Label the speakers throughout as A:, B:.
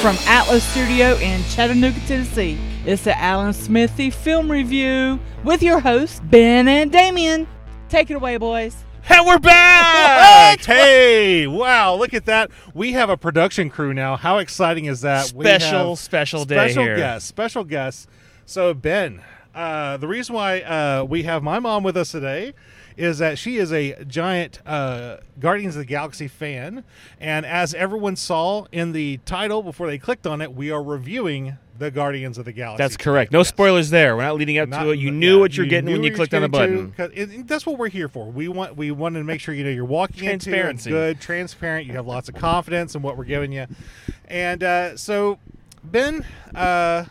A: from Atlas Studio in Chattanooga, Tennessee. It's the Alan Smithy Film Review with your hosts, Ben and Damien. Take it away, boys.
B: And we're back! Hey, wow, look at that. We have a production crew now. How exciting is that? We have
C: Special, special day
B: special
C: here.
B: guests, special guests. So, Ben, uh, the reason why uh, we have my mom with us today is that she is a giant uh, Guardians of the Galaxy fan. And as everyone saw in the title before they clicked on it, we are reviewing the Guardians of the Galaxy.
C: That's correct. No spoilers there. We're not leading up
B: Not-
C: to it. You
B: yeah,
C: knew what you're getting
B: knew
C: when
B: what
C: you
B: you're
C: clicked on the
B: getting
C: button.
B: to, 'cause it- it- that's what we're here for. We want we wanted to make sure you know you're walking into it
C: Transparency.
B: good, transparent. You have lots of confidence in what we're giving you. And uh, so, Ben, uh,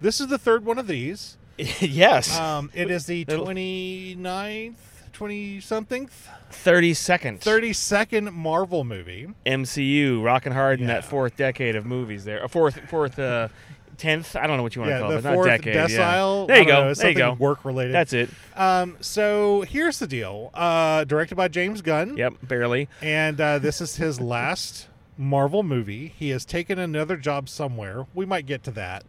B: this is the third one of these.
C: yes.
B: Um, it is the
C: Little-
B: 29th, 20 something,
C: 30 seconds.
B: 32nd Marvel movie.
C: MCU rocking hard in
B: Yeah.
C: that fourth decade of movies there. A fourth, fourth, uh, tenth. I don't know what you want to
B: Yeah,
C: call
B: the
C: it, but not
B: fourth
C: decade.
B: decile.
C: yeah. There
B: I
C: you
B: don't
C: go.
B: know,
C: there you go.
B: something Work related.
C: That's it.
B: Um, so here's the deal. Uh, directed by James Gunn.
C: Yep. Barely.
B: And uh, this is his last Marvel movie. He has taken another job somewhere. We might get to that.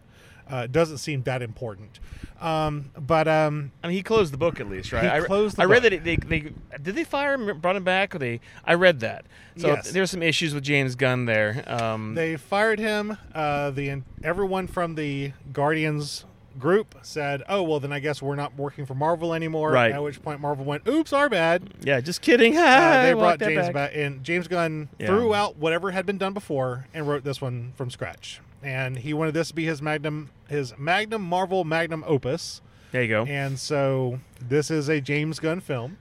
B: Uh, it doesn't seem that important. Um, but um,
C: I mean, he closed the book at least, right?
B: He
C: I, re-
B: closed the
C: I read
B: book.
C: that it, they, they did they fire him, brought him back, or they? I read that. So
B: Yes.
C: there's some issues with James Gunn there. Um,
B: they fired him. Uh, the everyone from the Guardians group said, "Oh well, then I guess we're not working for Marvel anymore."
C: Right.
B: At which point, Marvel went, "Oops, our bad."
C: yeah, just kidding.
B: Uh, they
C: I
B: brought
C: walked that
B: James
C: back.
B: back in. James Gunn
C: Yeah.
B: threw out whatever had been done before and wrote this one from scratch. And he wanted this to be his magnum, his magnum Marvel magnum opus.
C: There you go.
B: And so this is a James Gunn film.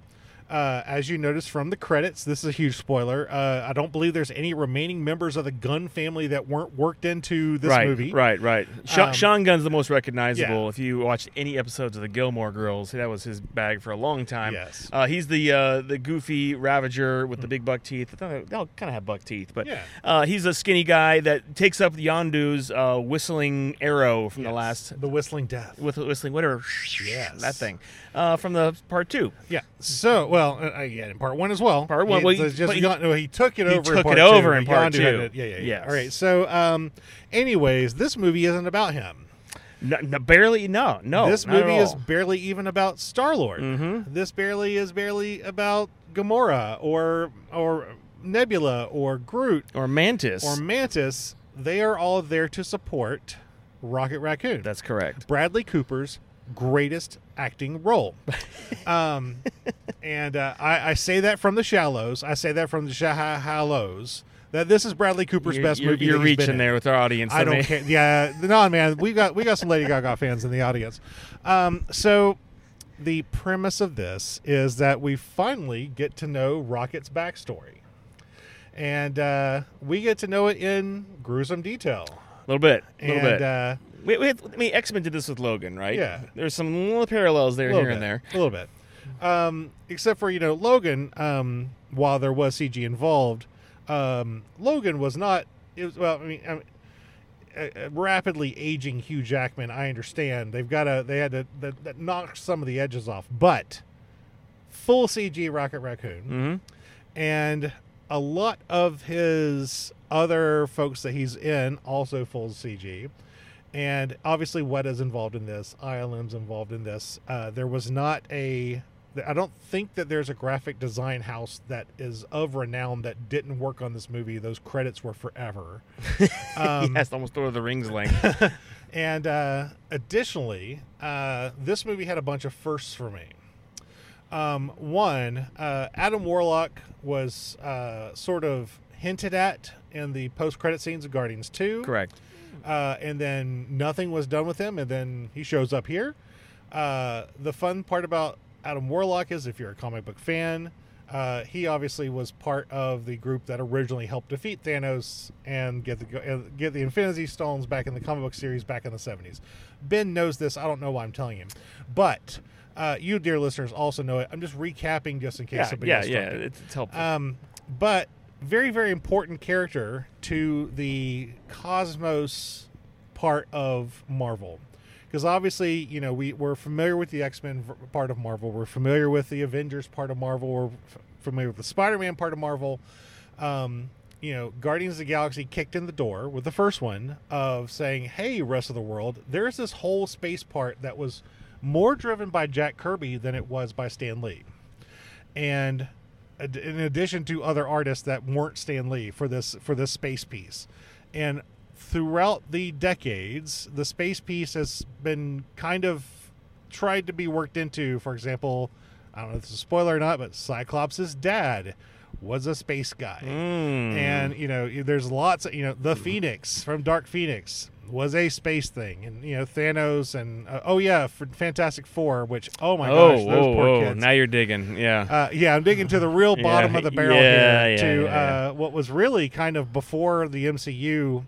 B: Uh, as you notice from the credits, this is a huge spoiler. Uh, I don't believe there's any remaining members of the Gunn family that weren't worked into this
C: right,
B: movie.
C: Right, right. Sha-
B: Um,
C: Sean Gunn's the most recognizable.
B: Yeah.
C: If you watched any episodes of the Gilmore Girls, that was his bag for a long time.
B: Yes. Mm.
C: Uh, he's the uh, the goofy ravager with the big buck teeth. I thought They all kind of have buck teeth, but
B: Yeah.
C: uh, he's a skinny guy that takes up Yondu's uh, whistling arrow from the last
B: The Whistling Death.
C: with whistling whatever
B: Yes.
C: that thing uh, from the part two.
B: Yeah. So, well, uh, uh, yeah, in part one as well.
C: Part one.
B: He,
C: Well,
B: it's
C: he-
B: just
C: but he-
B: Yon- no, he took it
C: he
B: over. in
C: took
B: part
C: it over
B: two,
C: in
B: but
C: part
B: Yondu had
C: two.
B: it. Yeah, yeah, yeah.
C: Yes.
B: All right. So, um, anyways, this movie isn't about him.
C: No, no, barely, no, no.
B: this
C: Oh, not at
B: movie is
C: all. Mm-hmm.
B: barely even about Star Lord. This barely is barely about Gamora or or Nebula or Groot
C: or Mantis.
B: or Mantis. They are all there to support Rocket Raccoon.
C: That's correct.
B: Bradley Cooper's greatest acting role. um, and uh, I, I say that from the shallows. I say that from the shallows. That this is Bradley Cooper's
C: You're,
B: best
C: you're-
B: movie.
C: you're
B: that he's been
C: reaching
B: in.
C: there with our audience.
B: I don't
C: mean-
B: care. Yeah, no, man. We got we got some Lady Gaga fans in the audience. Um, so the premise of this is that we finally get to know Rocket's backstory, and uh, we get to know it in gruesome detail.
C: A little bit. A little
B: and
C: bit.
B: Uh,
C: We, we had, I mean, X Men did this with Logan, right?
B: Yeah.
C: There's some little parallels there,
B: little
C: here
B: bit,
C: and there.
B: a little bit. Um, except for you know Logan. Um, while there was CG involved, um, Logan was not. It was well. I mean, I mean a- a rapidly aging Hugh Jackman. I understand they've got to. They had to that, that knock some of the edges off, but full CG Rocket Raccoon
C: Mm-hmm.
B: and a lot of his other folks that he's in also full CG. And obviously, Weta's involved in this. ILM's involved in this. Uh, there was not a. I don't think that there's a graphic design house that is of renown that didn't work on this movie. Those credits were forever. Um,
C: yes, almost Lord of the Rings length.
B: and uh, additionally, uh, this movie had a bunch of firsts for me. Um, one, uh, Adam Warlock was uh, sort of hinted at in the post-credit scenes of Guardians Two,
C: correct.
B: uh, and then nothing was done with him, and then he shows up here. Uh, the fun part about Adam Warlock is, if you're a comic book fan, uh, he obviously was part of the group that originally helped defeat Thanos and get the uh, get the Infinity Stones back in the comic book series back in the 70s. Ben knows this. I don't know why I'm telling him, but uh, you, dear listeners, also know it. I'm just recapping just in case
C: Yeah,
B: somebody
C: yeah,
B: else
C: yeah.
B: don't know.
C: It's, it's helpful.
B: Um, but very, very important character to the cosmos part of Marvel. Because obviously, you know, we, we're familiar with the X Men part of Marvel, we're familiar with the Avengers part of Marvel, we're f- familiar with the Spider Man part of Marvel. Um, you know, Guardians of the Galaxy kicked in the door with the first one of saying, "Hey, rest of the world, there's this whole space part that was more driven by Jack Kirby than it was by Stan Lee." And ad- in addition to other artists that weren't Stan Lee for this for this space piece. And throughout the decades, the space piece has been kind of tried to be worked into, for example, I don't know if this is a spoiler or not, but Cyclops' dad was a space guy
C: Mm.
B: and you know there's lots of, you know the phoenix from dark phoenix was a space thing and you know thanos and uh, oh yeah for fantastic four which oh my
C: oh,
B: gosh
C: whoa,
B: those poor
C: whoa.
B: kids
C: now you're digging. Yeah.
B: uh, yeah i'm digging to the real
C: Yeah,
B: bottom of the barrel
C: yeah,
B: here
C: yeah,
B: to
C: yeah,
B: Uh, what was really kind of before the mcu you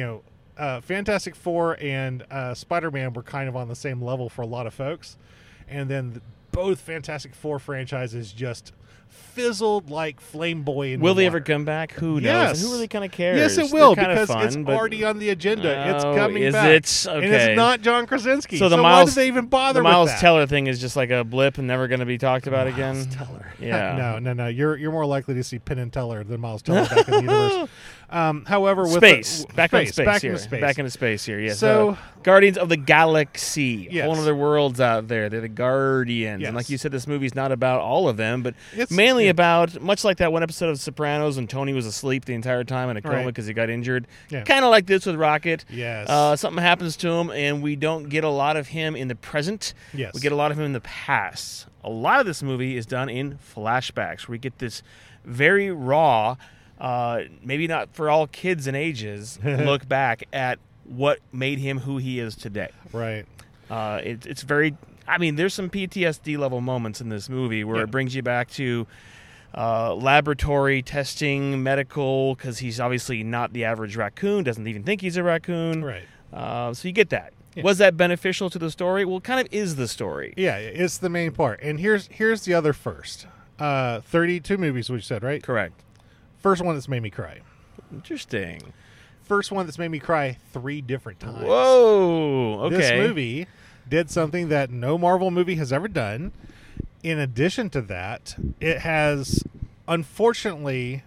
B: know uh, fantastic four and uh, spider-man were kind of on the same level for a lot of folks and then th- both fantastic four franchises just fizzled like flame boy in
C: Will
B: the
C: they ever
B: water.
C: come back? Who knows?
B: Yes.
C: Who really kind of cares?
B: Yes, it
C: They're
B: will
C: kinda
B: because
C: fun,
B: it's
C: but-
B: already on the agenda. it's
C: Oh,
B: coming
C: is
B: back.
C: it?
B: And
C: Okay.
B: it's not John Krasinski.
C: So the
B: why
C: Miles-
B: did they even bother
C: the Miles
B: with that?
C: Teller thing is just like a blip and never going to be talked about again. Yeah.
B: no, no, no. You're you're more likely to see Penn and Teller than Miles Teller back in the universe. Um, however, with the-
C: space.
B: w-
C: back on
B: space,
C: space
B: back
C: here.
B: into space.
C: Back into space here. Yes.
B: So-
C: uh, Guardians of the Galaxy.
B: Yes.
C: Whole other worlds out there. They're the Guardians.
B: Yes.
C: And like you said, this movie's not about all of them, but
B: It's-
C: mainly
B: yeah.
C: about much like that one episode of Sopranos when Tony was asleep the entire time in a coma
B: Right.
C: because he got injured.
B: Yeah.
C: Kind of like this with Rocket.
B: Yes.
C: Uh, something happens to him, and we don't get a lot of him in the present.
B: Yes.
C: We get a lot of him in the past. A lot of this movie is done in flashbacks. We get this very raw, uh, maybe not for all kids and ages, look back at what made him who he is today.
B: right.
C: Uh, it, it's very. I mean, there's some PTSD level moments in this movie where
B: Yeah.
C: it brings you back to uh, laboratory testing, medical, because he's obviously not the average raccoon. Doesn't even think he's a raccoon.
B: Right.
C: Uh, so you get that.
B: Yeah.
C: Was that beneficial to the story? Well, it kind of is the story.
B: Yeah, it's the main part. And here's here's the other first. Uh, 32 movies, we said, right?
C: Correct.
B: First one that's made me cry.
C: Interesting.
B: First one that's made me cry three different times.
C: Whoa. Okay.
B: This movie did something that no Marvel movie has ever done. In addition to that, it has unfortunately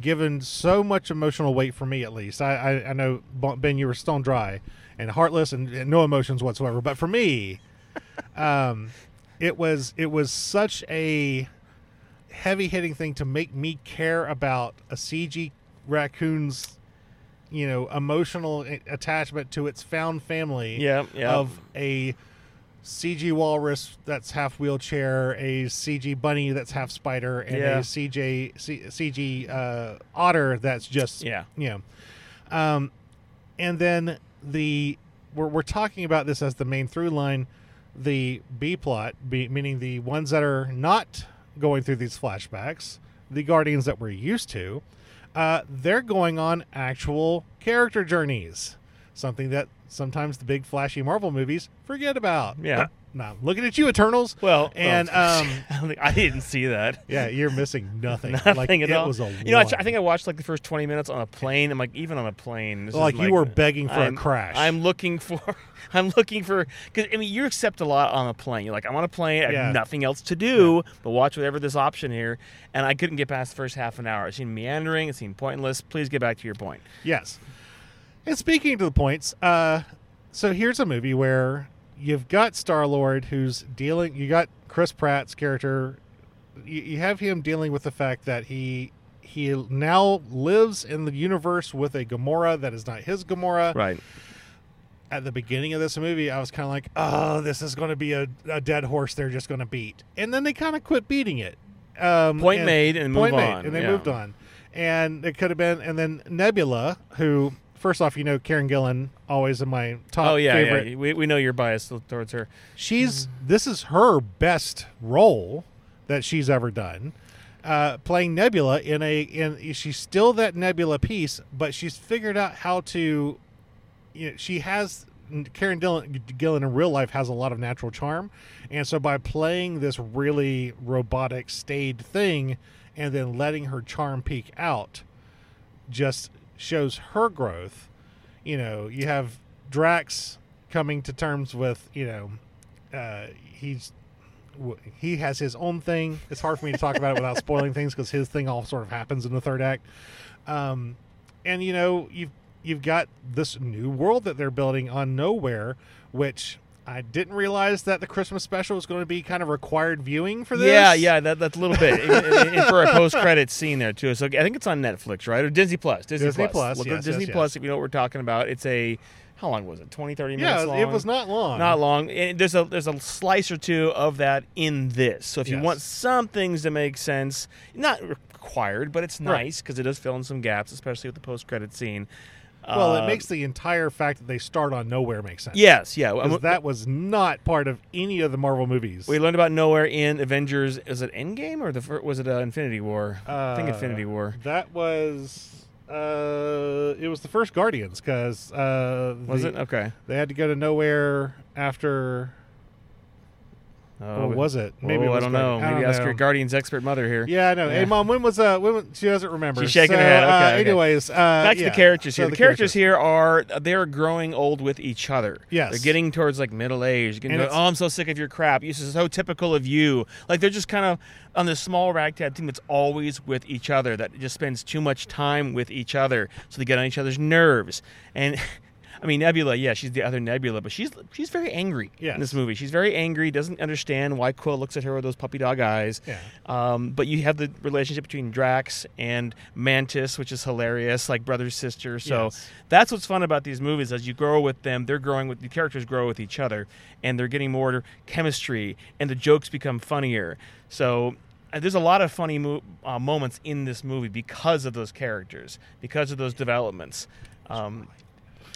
B: given so much emotional weight for me, at least. I, I, I know, Ben, you were stone dry and heartless and, and no emotions whatsoever. But for me, um, it was it was such a heavy hitting thing to make me care about a CG raccoon's you know emotional i- attachment to its found family
C: Yeah. Yeah.
B: of a CG walrus that's half wheelchair, a CG bunny that's half spider, and
C: Yeah.
B: a CJ C, CG uh, otter that's just
C: yeah.
B: you know. Um, and then the we're we're talking about this as the main through line, the B plot, B, meaning the ones that are not going through these flashbacks, the guardians that we're used to, uh, they're going on actual character journeys, something that sometimes the big flashy Marvel movies forget about.
C: Yeah.
B: Now looking at you, Eternals.
C: Well,
B: and
C: well,
B: um,
C: I don't think- I didn't see that.
B: yeah, you're missing nothing.
C: Nothing
B: like,
C: at
B: it
C: all.
B: Was a
C: you know, I,
B: one.
C: I think I watched like the first 20 minutes on a plane. I'm like, even on a plane, this is
B: like, you were begging for
C: I'm-
B: a crash.
C: I'm looking for, I'm looking for, because I mean, you accept a lot on a plane. You're like, I'm on a plane, I
B: Yeah.
C: have nothing else to do but watch whatever this option here. And I couldn't get past the first half an hour. It seemed meandering, it seemed pointless. Please get back to your point.
B: Yes. And speaking to the points, uh, so here's a movie where you've got Star Lord who's dealing. You got Chris Pratt's character. You, you have him dealing with the fact that he he now lives in the universe with a Gamora that is not his Gamora.
C: Right.
B: At the beginning of this movie, I was kind of like, "Oh, this is going to be a, a dead horse. They're just going to beat." And then they kind of quit beating it. Um,
C: Point
B: and-
C: made and move
B: point made,
C: on.
B: and they
C: yeah.
B: moved on. And it could have been, and then Nebula, who first off, you know, Karen Gillan, always in my top
C: Oh, yeah.
B: favorite.
C: yeah. We, we know you're biased towards her.
B: She's this is her best role that she's ever done, uh, playing Nebula in a in. She's still that Nebula piece, but she's figured out how to. You know, she has Karen Dillon, Gillan in real life has a lot of natural charm, and so by playing this really robotic, staid thing, and then letting her charm peek out, just shows her growth. You know, you have Drax coming to terms with, you know, uh, he's w- he has his own thing. It's hard for me to talk about it without spoiling things because his thing all sort of happens in the third act. Um, and you know you've you've got this new world that they're building on nowhere, which I didn't realize that the Christmas special was going to be kind of required viewing for this.
C: Yeah, yeah, that, that's a little bit and, and- and for a post credit scene there too. So I think it's on Netflix, right? Or Disney Plus. Disney,
B: Disney Plus,
C: Look up
B: yes, yes,
C: Disney
B: yes.
C: Plus if you know what we're talking about. It's a how long was it? 20, 30 minutes
B: Yeah,
C: long?
B: it was not long.
C: Not long. And there's a there's a slice or two of that in this. So if you
B: Yes.
C: want some things to make sense, not required, but it's
B: Right.
C: nice because it does fill in some gaps, especially with the post credit scene.
B: well,
C: Uh,
B: it makes the entire fact that they start on nowhere make sense.
C: yes, yeah. And
B: 'Cause
C: we-
B: that was not part of any of the Marvel movies.
C: we learned about nowhere in Avengers. Is it Endgame or the fir- was it uh, Infinity War? I think
B: Uh,
C: Infinity War.
B: That was uh, it was the first Guardians because uh,
C: Was
B: the-
C: it okay?
B: They had to go to nowhere after.
C: Oh,
B: Or
C: we-
B: was it? Maybe it
C: Whoa,
B: was
C: I don't know.
B: Guardians. I
C: Maybe
B: don't
C: ask your
B: know.
C: Guardians expert mother here.
B: Yeah, I know.
C: Yeah.
B: Hey, mom, when was uh, when, was- she doesn't remember.
C: She's shaking her
B: So,
C: head. Okay,
B: uh,
C: okay.
B: Anyways, uh,
C: Back to
B: yeah.
C: the characters
B: So
C: here. the, characters, here are they're growing old with each other.
B: Yes.
C: they're getting towards like middle age. Getting
B: And
C: to-
B: it's-
C: oh, I'm so sick of your crap. This is so typical of you. Like they're just kind of on this small ragtag team that's always with each other. That just spends too much time with each other, so they get on each other's nerves. And I mean Nebula, yeah, she's the other Nebula, but she's she's very angry
B: Yes.
C: in this movie. She's very angry. Doesn't understand why Quill looks at her with those puppy dog eyes.
B: Yeah.
C: Um, but you have the relationship between Drax and Mantis, which is hilarious, like brother sister. So
B: Yes.
C: that's what's fun about these movies. As you grow with them, they're growing with the characters grow with each other, and they're getting more chemistry, and the jokes become funnier. So uh, there's a lot of funny mo- uh, moments in this movie because of those characters, because of those developments. Um,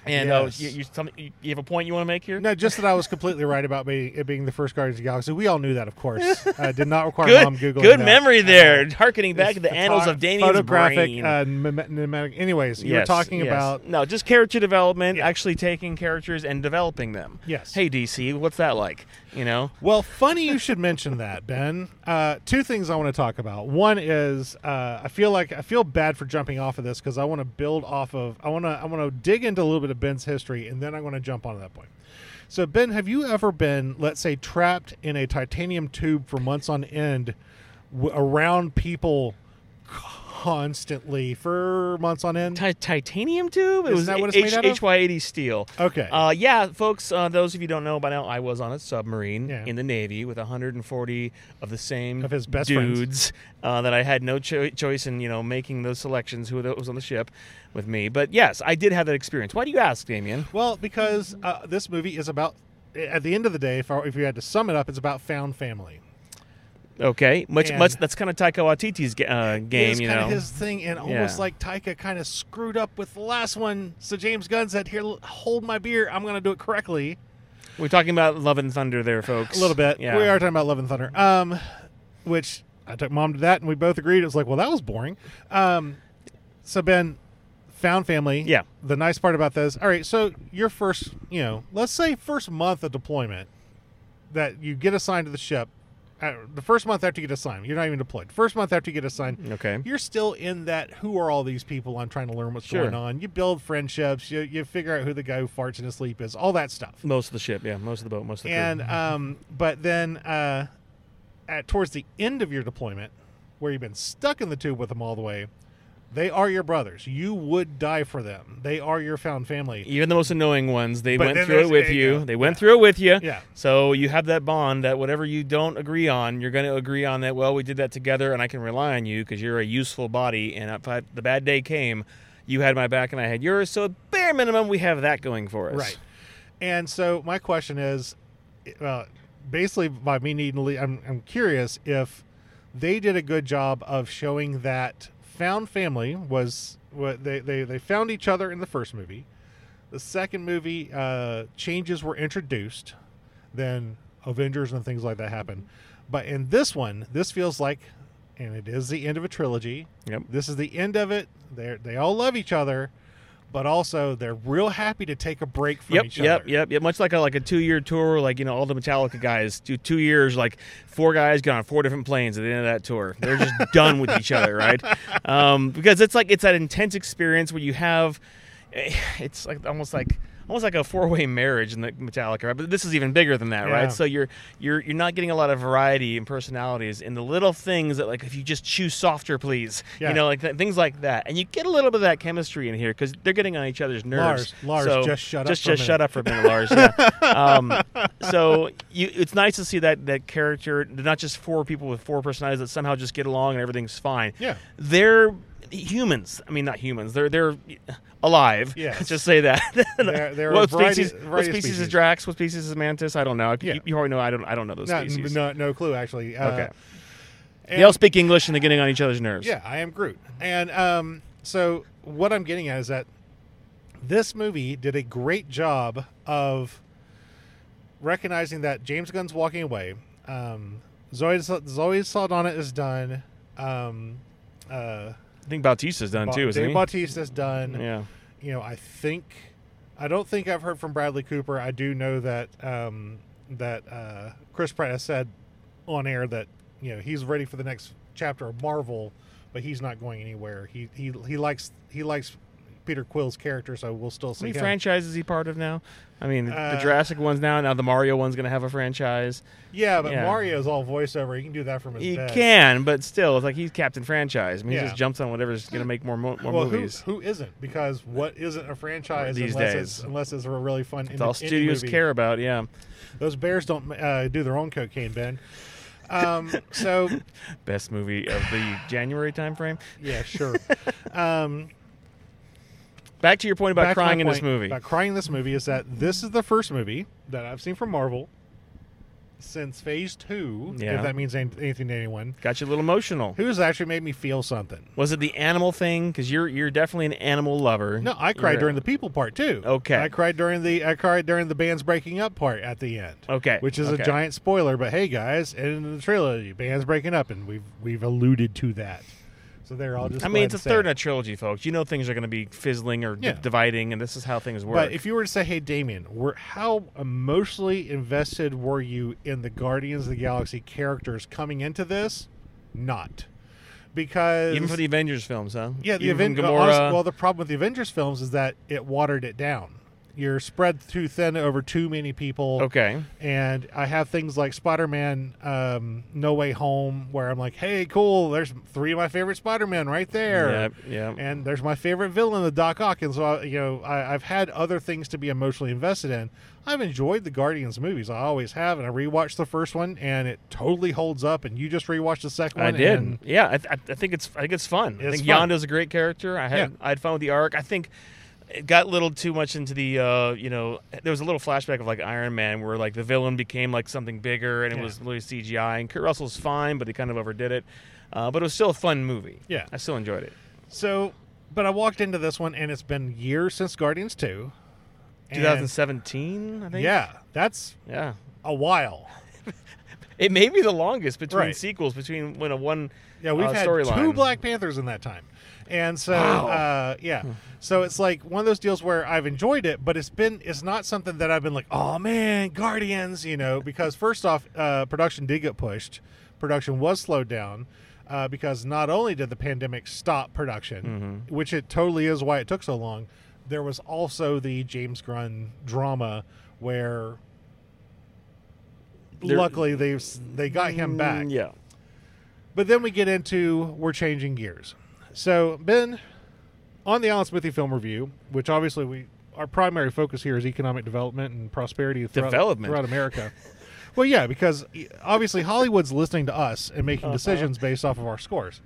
C: and uh,
B: Yes.
C: you, you, something, you- you have a point you want to make here?
B: No, just that I was completely right about being, it being the first Guardians of the Galaxy. We all knew that, of course. Uh, did not require
C: Good,
B: mom googling.
C: good
B: that.
C: memory there,
B: Uh,
C: harkening back to the
B: photo-
C: annals of Damien's
B: photographic,
C: brain.
B: Uh, mem- mnemonic. Anyways, you were
C: Yes,
B: talking
C: yes.
B: about
C: no, just character development,
B: Yeah.
C: actually taking characters and developing them.
B: Yes.
C: Hey DC, what's that like? You know.
B: Well, funny you should mention that, Ben. Uh, two things I want to talk about. One is uh, I feel like I feel bad for jumping off of this because I want to build off of I want to I want to dig into a little bit of Ben's history and then I want to jump onto that point. So, Ben, have you ever been, let's say, trapped in a titanium tube for months on end, w- around people constantly for months on end?
C: Ti- titanium tube. It
B: Isn't
C: was
B: that what it's
C: H-
B: made out of?
C: HY80 steel.
B: Okay.
C: Uh, yeah, folks. Uh, those of you don't know by now, I was on a submarine
B: Yeah.
C: in the Navy with 140 of the same
B: Of his best friends.
C: dudes uh, that I had no cho- choice in, you know, making those selections who was on the ship with me. But yes, I did have that experience. Why do you ask, Damien?
B: Well, because uh, this movie is about. At the end of the day, if, I, if you had to sum it up, it's about found family.
C: Okay, much
B: And-
C: much. That's kind of Taika Waititi's ga- uh, game,
B: is
C: you
B: kind
C: know.
B: of his thing, and almost
C: Yeah.
B: like Taika kind of screwed up with the last one. So James Gunn said, "Here, l- hold my beer. I'm going to do it correctly."
C: We're talking about Love and Thunder, there, folks.
B: A little bit.
C: Yeah.
B: We are talking about Love and Thunder, um, which I took mom to that, and we both agreed it was like, well, that was boring. Um, so Ben found family.
C: Yeah.
B: The nice part about this. All right, so your first, you know, let's say first month of deployment that you get assigned to the ship. Uh, the first month after you get assigned, you're not even deployed. First month after you get assigned,
C: Okay.
B: you're still in that who are all these people i'm trying to learn what's
C: Sure.
B: going on you build friendships you, you figure out who the guy who farts in his sleep is all that stuff
C: Most of the ship, yeah. Most of the boat, most of the crew.
B: and um but then uh at towards the end of your deployment where you've been stuck in the tube with them all the way they are your brothers you would die for them they are your found family
C: even the most annoying ones, they
B: But
C: went
B: then
C: through it
B: there's-
C: with
B: there
C: you.
B: you go.
C: They went through it with you.
B: Yeah.
C: So you have that bond that whatever you don't agree on, you're going to agree on that. Well, we did that together, and I can rely on you because you're a useful body. And if I, the bad day came, you had my back and I had yours. So at bare minimum, we have that going for us.
B: Right. And so my question is, uh, basically, by me needing to leave, I'm, I'm curious if they did a good job of showing that found family was what they, they, they found each other in the first movie. The second movie, uh, changes were introduced, then Avengers and things like that happen. But in this one, this feels like, and it is the end of a trilogy.
C: Yep.
B: This is the end of it. They are they all love each other, but also they're real happy to take a break from
C: Yep,
B: each
C: yep,
B: other.
C: yep, yep. Much like a like a two year tour, like you know, all the Metallica guys do two years, like four guys get on four different planes at the end of that tour. They're just done with each other, right? Um, because it's like it's that intense experience where you have, eh, it's like almost like almost like a four-way marriage in the Metallica, right? But this is even bigger than that,
B: Yeah.
C: right? So you're you're you're not getting a lot of variety in personalities in the little things that like if you just choose softer, please,
B: Yeah.
C: you know, like th- things like that, and you get a little bit of that chemistry in here because they're getting on each other's nerves.
B: Lars, Lars,
C: So
B: just shut up
C: Just
B: for a
C: just
B: minute.
C: shut up for a minute, Lars. Yeah. um, so you, it's nice to see that that character, they're not just four people with four personalities that somehow just get along and everything's fine
B: Yeah.
C: they're humans. I mean, not humans. They're they're alive.
B: Yes.
C: just say that.
B: They're- they're a
C: what
B: variety-
C: species?
B: variety
C: what
B: of
C: species,
B: species.
C: is Drax? What species is Mantis? I don't know. I-
B: Yeah.
C: You, you already know. I don't. I don't know those
B: No,
C: species.
B: no, no clue actually. Uh,
C: Okay.
B: and-
C: They all speak English and they're getting on each other's nerves.
B: Yeah, I am Groot. And um, so what I'm getting at is that this movie did a great job of recognizing that James Gunn's walking away. Um, Zoe Zoe Saldana is done. Um, uh,
C: I think Bautista's done
B: Ba-
C: too, isn't
B: Dave
C: he?
B: Bautista's done.
C: yeah.
B: You know, I think I don't think I've heard from Bradley Cooper. I do know that um, that uh, Chris Pratt has said on air that you know he's ready for the next chapter of Marvel, but he's not going anywhere. He he he likes he likes Peter Quill's character, so we'll still
C: How
B: see
C: many
B: him.
C: franchises is he part of now? I mean,
B: Uh,
C: the Jurassic one's now. Now the Mario one's going to have a franchise.
B: yeah, but
C: yeah.
B: Mario's all voiceover. He can do that from his
C: He
B: bed.
C: can, but still, it's like he's Captain Franchise. I mean,
B: Yeah.
C: he just jumps on whatever's going to make more mo- more
B: Well, who,
C: movies.
B: who isn't? Because what isn't a franchise
C: These
B: unless
C: days.
B: it's unless it's a really fun.
C: it's all studios
B: movie.
C: care about. Yeah.
B: Those bears don't uh, do their own cocaine, Ben. Um, so
C: best movie of the January timeframe.
B: yeah, sure. Um,
C: Back to your point about
B: back to my
C: crying in this
B: point
C: movie.
B: About crying in this movie is that this is the first movie that I've seen from Marvel since Phase Two,
C: Yeah.
B: if that means any- anything to anyone,
C: Got you a little emotional.
B: who's actually made me feel something.
C: Was it the animal thing? Because you're you're definitely an animal lover.
B: No, I cried
C: You're-
B: during the people part too.
C: Okay.
B: I cried during the I cried during the band's breaking up part at the end.
C: Okay,
B: Which is
C: okay.
B: a giant spoiler, but hey guys, in the trilogy, band's breaking up and we've we've alluded to that. So they're all just
C: I
B: glad
C: mean, it's
B: to
C: a
B: say
C: third
B: it.
C: in a trilogy, folks. You know things are going to be fizzling or d-
B: Yeah.
C: dividing, and this is how things work.
B: But if you were to say, "Hey, Damien, were, how emotionally invested were you in the Guardians of the Galaxy characters coming into this?" Not because
C: even for the Avengers films, huh?
B: yeah, the
C: Even
B: Aven-
C: from
B: uh,
C: Gamora.
B: honest- Well, the problem with the Avengers films is that it watered it down. You're spread too thin over too many people.
C: okay,
B: And I have things like Spider-Man: um, No Way Home, where I'm like, "Hey, cool! There's three of my favorite Spider-Man right there."
C: yeah, yeah.
B: and there's my favorite villain, the Doc Ock. And so, I, you know, I, I've had other things to be emotionally invested in. I've enjoyed the Guardians movies. I always have, and I rewatched the first one, and it totally holds up. And you just rewatched the second
C: I
B: one.
C: did.
B: and-
C: yeah, I, th- I think it's I think it's fun. I
B: It's
C: think
B: fun.
C: Yonda's a great character. I had I had fun with the arc. I think it got a little too much into the uh, you know there was a little flashback of like Iron Man where like the villain became like something bigger and
B: Yeah.
C: it was really CGI and Kurt Russell's fine but he kind of overdid it. Uh, but it was still a fun movie.
B: Yeah.
C: I still enjoyed it.
B: So, but I walked into this one, and it's been years since Guardians Two. And-
C: 2017, I think.
B: Yeah, that's
C: yeah.
B: a while.
C: It may be the longest between
B: Right.
C: sequels between when a one
B: Yeah, we've
C: uh,
B: had two
C: storyline.
B: Black Panthers in that time. And so,
C: Wow. Hmm.
B: uh, yeah. So it's like one of those deals where I've enjoyed it, but it's been it's not something that I've been like, oh man, Guardians, you know, because first off, uh, production did get pushed, production was slowed down, uh, because not only did the pandemic stop production,
C: Mm-hmm.
B: which it totally is why it took so long, there was also the James Grun drama where.
C: There-
B: Luckily, they have they got him back.
C: Mm, Yeah.
B: But then we get into we're changing gears. So Ben, on the Alan Smithy film review, which obviously we our primary focus here is economic development and prosperity throughout,
C: Development.
B: throughout America. well, yeah, because obviously Hollywood's listening to us and making
C: Uh-huh.
B: decisions based off of our scores.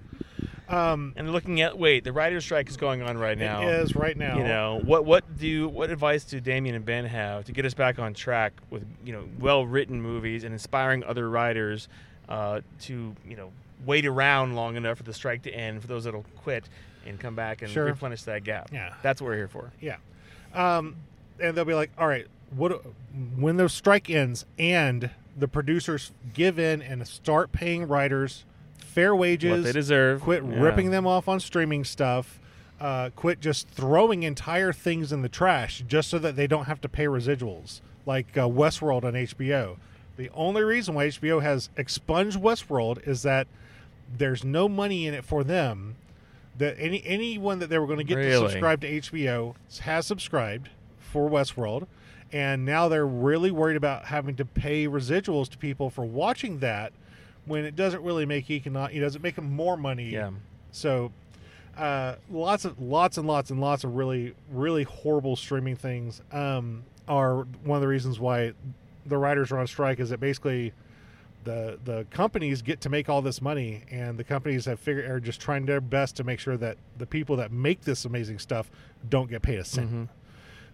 B: Um,
C: And looking at wait, the writer's strike is going on right now.
B: It is right now.
C: You know what? What do what advice do Damien and Ben have to get us back on track with you know well written movies and inspiring other writers uh, to you know wait around long enough for the strike to end for those that'll quit and come back and
B: Sure.
C: replenish that gap.
B: Yeah.
C: that's what we're here for.
B: Yeah. Um, and they'll be like, all right, what when the strike ends and the producers give in and start paying writers fair wages
C: what they deserve.
B: quit
C: Yeah.
B: ripping them off on streaming stuff uh, quit just throwing entire things in the trash just so that they don't have to pay residuals like uh, westworld on hbo the only reason why hbo has expunged westworld is that there's no money in it for them that any anyone that they were going to get
C: Really?
B: to subscribe to hbo has subscribed for Westworld, and now they're really worried about having to pay residuals to people for watching that when it doesn't really make economic. It doesn't make them more money.
C: Yeah.
B: So, uh, lots of lots and lots and lots of really really horrible streaming things um, are one of the reasons why the writers are on strike. Is that basically the the companies get to make all this money, and the companies have figured are just trying their best to make sure that the people that make this amazing stuff don't get paid a cent.
C: Mhm.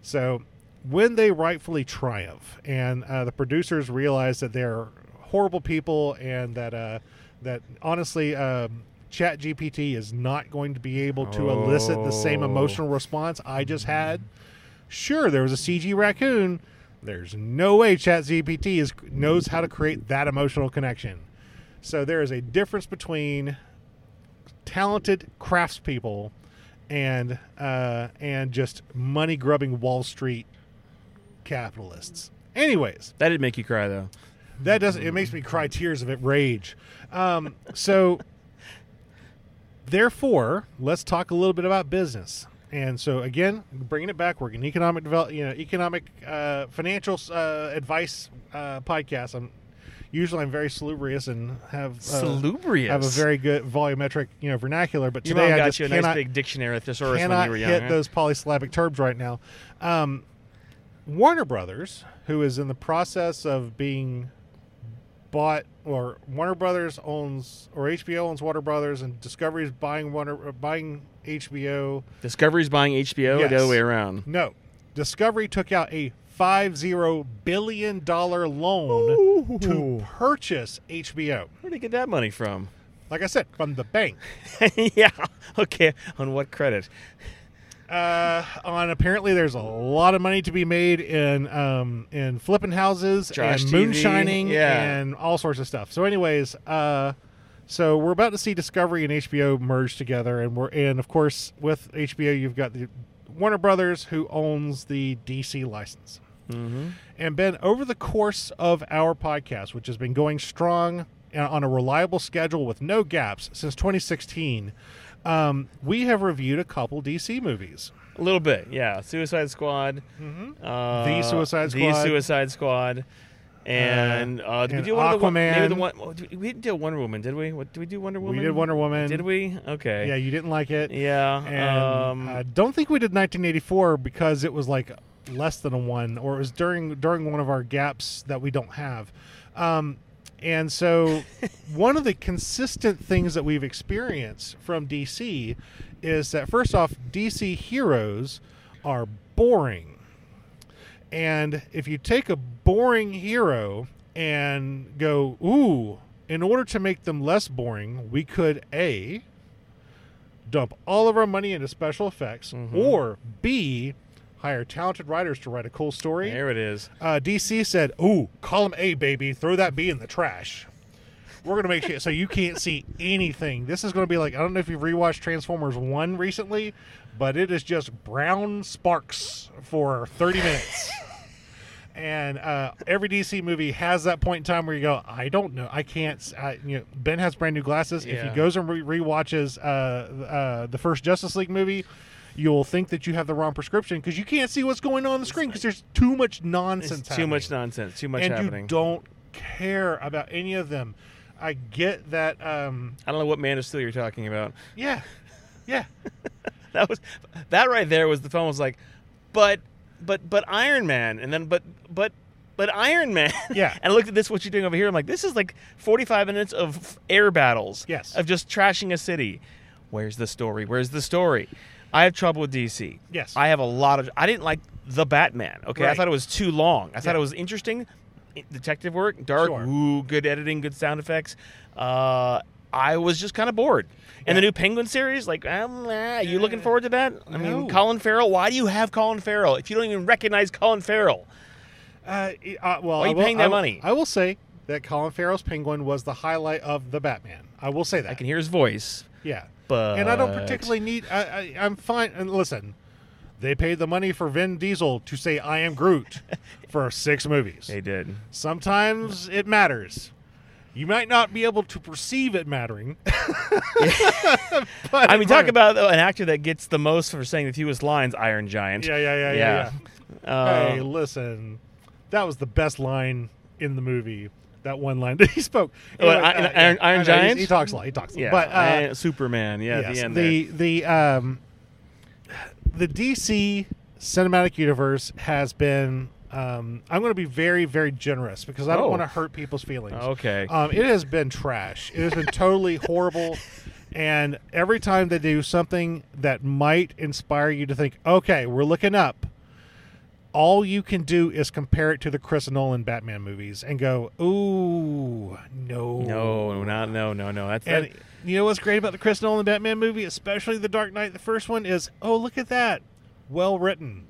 B: So when they rightfully triumph, and uh, the producers realize that they're horrible people, and that uh, that honestly, um, Chat GPT is not going to be able to elicit the same
C: Oh.
B: emotional response I just had. Sure, there was a CG raccoon. There's no way Chat GPT is, knows how to create that emotional connection. So there is a difference between talented craftspeople and uh, and just money grubbing Wall Street capitalists. Anyways,
C: That did make you cry though.
B: that doesn't. It makes me cry tears of it rage. Um, so, therefore, let's talk a little bit about business. And so, again, bringing it back, we're an economic develop, you know, economic uh, financial uh, advice uh, podcast. I'm usually I'm very salubrious and have uh,
C: Salubrious.
B: have a very good volumetric you know vernacular, but
C: Your
B: today
C: mom
B: I
C: got
B: just
C: you a
B: cannot
C: nice big dictionary thesaurus when
B: cannot
C: you were young.
B: hit
C: huh?
B: those polysyllabic terms right now. Um, Warner Brothers, who is in the process of being bought, or Warner Brothers owns, or HBO owns Warner Brothers, and Discovery is buying Warner, uh, buying HBO.
C: Discovery's buying HBO or
B: Yes.
C: Oh, the other way around.
B: No, Discovery took out a five zero billion dollar loan to purchase HBO.
C: Where'd they get that money from?
B: Like I said, from the bank.
C: yeah. Okay. On what credit?
B: uh, on apparently there's a lot of money to be made in um, in flipping houses
C: Trash
B: and
C: TV,
B: moonshining
C: yeah.
B: and all sorts of stuff. So, anyways, uh, so we're about to see Discovery and HBO merge together, and we're and of course with HBO you've got the Warner Brothers who owns the DC license.
C: Mm-hmm.
B: And Ben, over the course of our podcast, which has been going strong and on a reliable schedule with no gaps since 2016, um, we have reviewed a couple DC movies.
C: A little bit. Yeah. Suicide Squad.
B: Mm-hmm.
C: Uh,
B: The Suicide Squad.
C: The Suicide Squad. And uh, did we
B: and
C: do one of the one, maybe the
B: Aquaman.
C: one, oh, did we didn't do Wonder Woman, did we? What did we do Wonder Woman?
B: We did Wonder Woman.
C: Did we? Okay.
B: Yeah, you didn't like it.
C: Yeah.
B: And
C: um,
B: I don't think we did 1984 because it was like less than a one, or it was during during one of our gaps that we don't have. Um, and so, one of the consistent things that we've experienced from DC is that first off, DC heroes are boring. And if you take a boring hero and go, ooh, in order to make them less boring, we could A, dump all of our money into special effects,
C: Mhm.
B: or B, hire talented writers to write a cool story.
C: there it is.
B: Uh, DC said, ooh, column A, baby, throw that B in the trash. We're going to make sure so you can't see anything. This is going to be like, I don't know if you've rewatched Transformers 1 recently, but it is just brown sparks for 30 minutes. and uh, every DC movie has that point in time where you go, I don't know, I can't. s- I, you know, ben has brand new glasses. If he
C: Yeah.
B: goes and re- rewatches uh, uh, the first Justice League movie, you'll think that you have the wrong prescription because you can't see what's going on on the screen because there's too much
C: It's
B: nonsense.
C: too much
B: happening.
C: nonsense. Too much
B: and
C: happening.
B: you don't care about any of them. I get that. Um,
C: I don't know what Man of Steel you're talking about.
B: yeah, yeah.
C: That was that right there was the phone was like, but but but Iron Man, and then but but but Iron Man.
B: Yeah.
C: and I looked at this what you're doing over here. I'm like, this is like 45 minutes of f- air battles.
B: Yes.
C: Of just trashing a city. Where's the story? Where's the story? I have trouble with DC.
B: Yes.
C: I have a lot of. I didn't like the Batman. Okay. I
B: Right.
C: thought it was too long. I thought
B: Yeah.
C: it was interesting. i- Detective work, dark,
B: Sure.
C: ooh, good editing, good sound effects. Uh, I was just kind of bored. And the
B: Yeah.
C: new Penguin series, like, um, ah, are you looking
B: Yeah.
C: forward to that? I mean,
B: No.
C: Colin Farrell. Why do you have Colin Farrell if you don't even recognize Colin Farrell?
B: Uh, e- uh, well,
C: Why are
B: I
C: you
B: will-
C: paying
B: I
C: that
B: will-
C: money?
B: I will say that Colin Farrell's Penguin was the highlight of the Batman. I will say that.
C: I can hear his voice,
B: yeah,
C: but
B: and I don't particularly need. I, I, I'm fine. And listen, they paid the money for Vin Diesel to say "I am Groot" for six movies.
C: They did.
B: Sometimes it matters. You might not be able to perceive it mattering. but
C: I
B: it
C: mean, talk
B: mattered.
C: about uh, an actor that gets the most for saying the fewest lines. Iron Giant.
B: Yeah, yeah, yeah, yeah. yeah.
C: Yeah. Uh,
B: hey, listen, that was the best line in the movie. That one line that he spoke. uh,
C: Oh, I- I- Iron- Iron
B: I know, he's-
C: Giant?
B: He talks a lot. He talks a lot.
C: yeah,
B: But uh,
C: I- Superman. Yeah, at
B: yes,
C: the end.
B: the the um, the DC cinematic universe has been. Um, I'm going to be very very generous because I don't
C: Oh.
B: want to hurt people's feelings.
C: there. Okay.
B: Um, it has been trash. It has been totally horrible. And every time they do something that might inspire you to think, okay, we're looking up, all you can do is compare it to the Chris Nolan Batman movies and go, ooh, no.
C: no, not no, no, no. That's
B: And
C: that,
B: you know what's great about the Chris Nolan Batman movie, especially The Dark Knight, the first one, is, oh, look at that. Well written,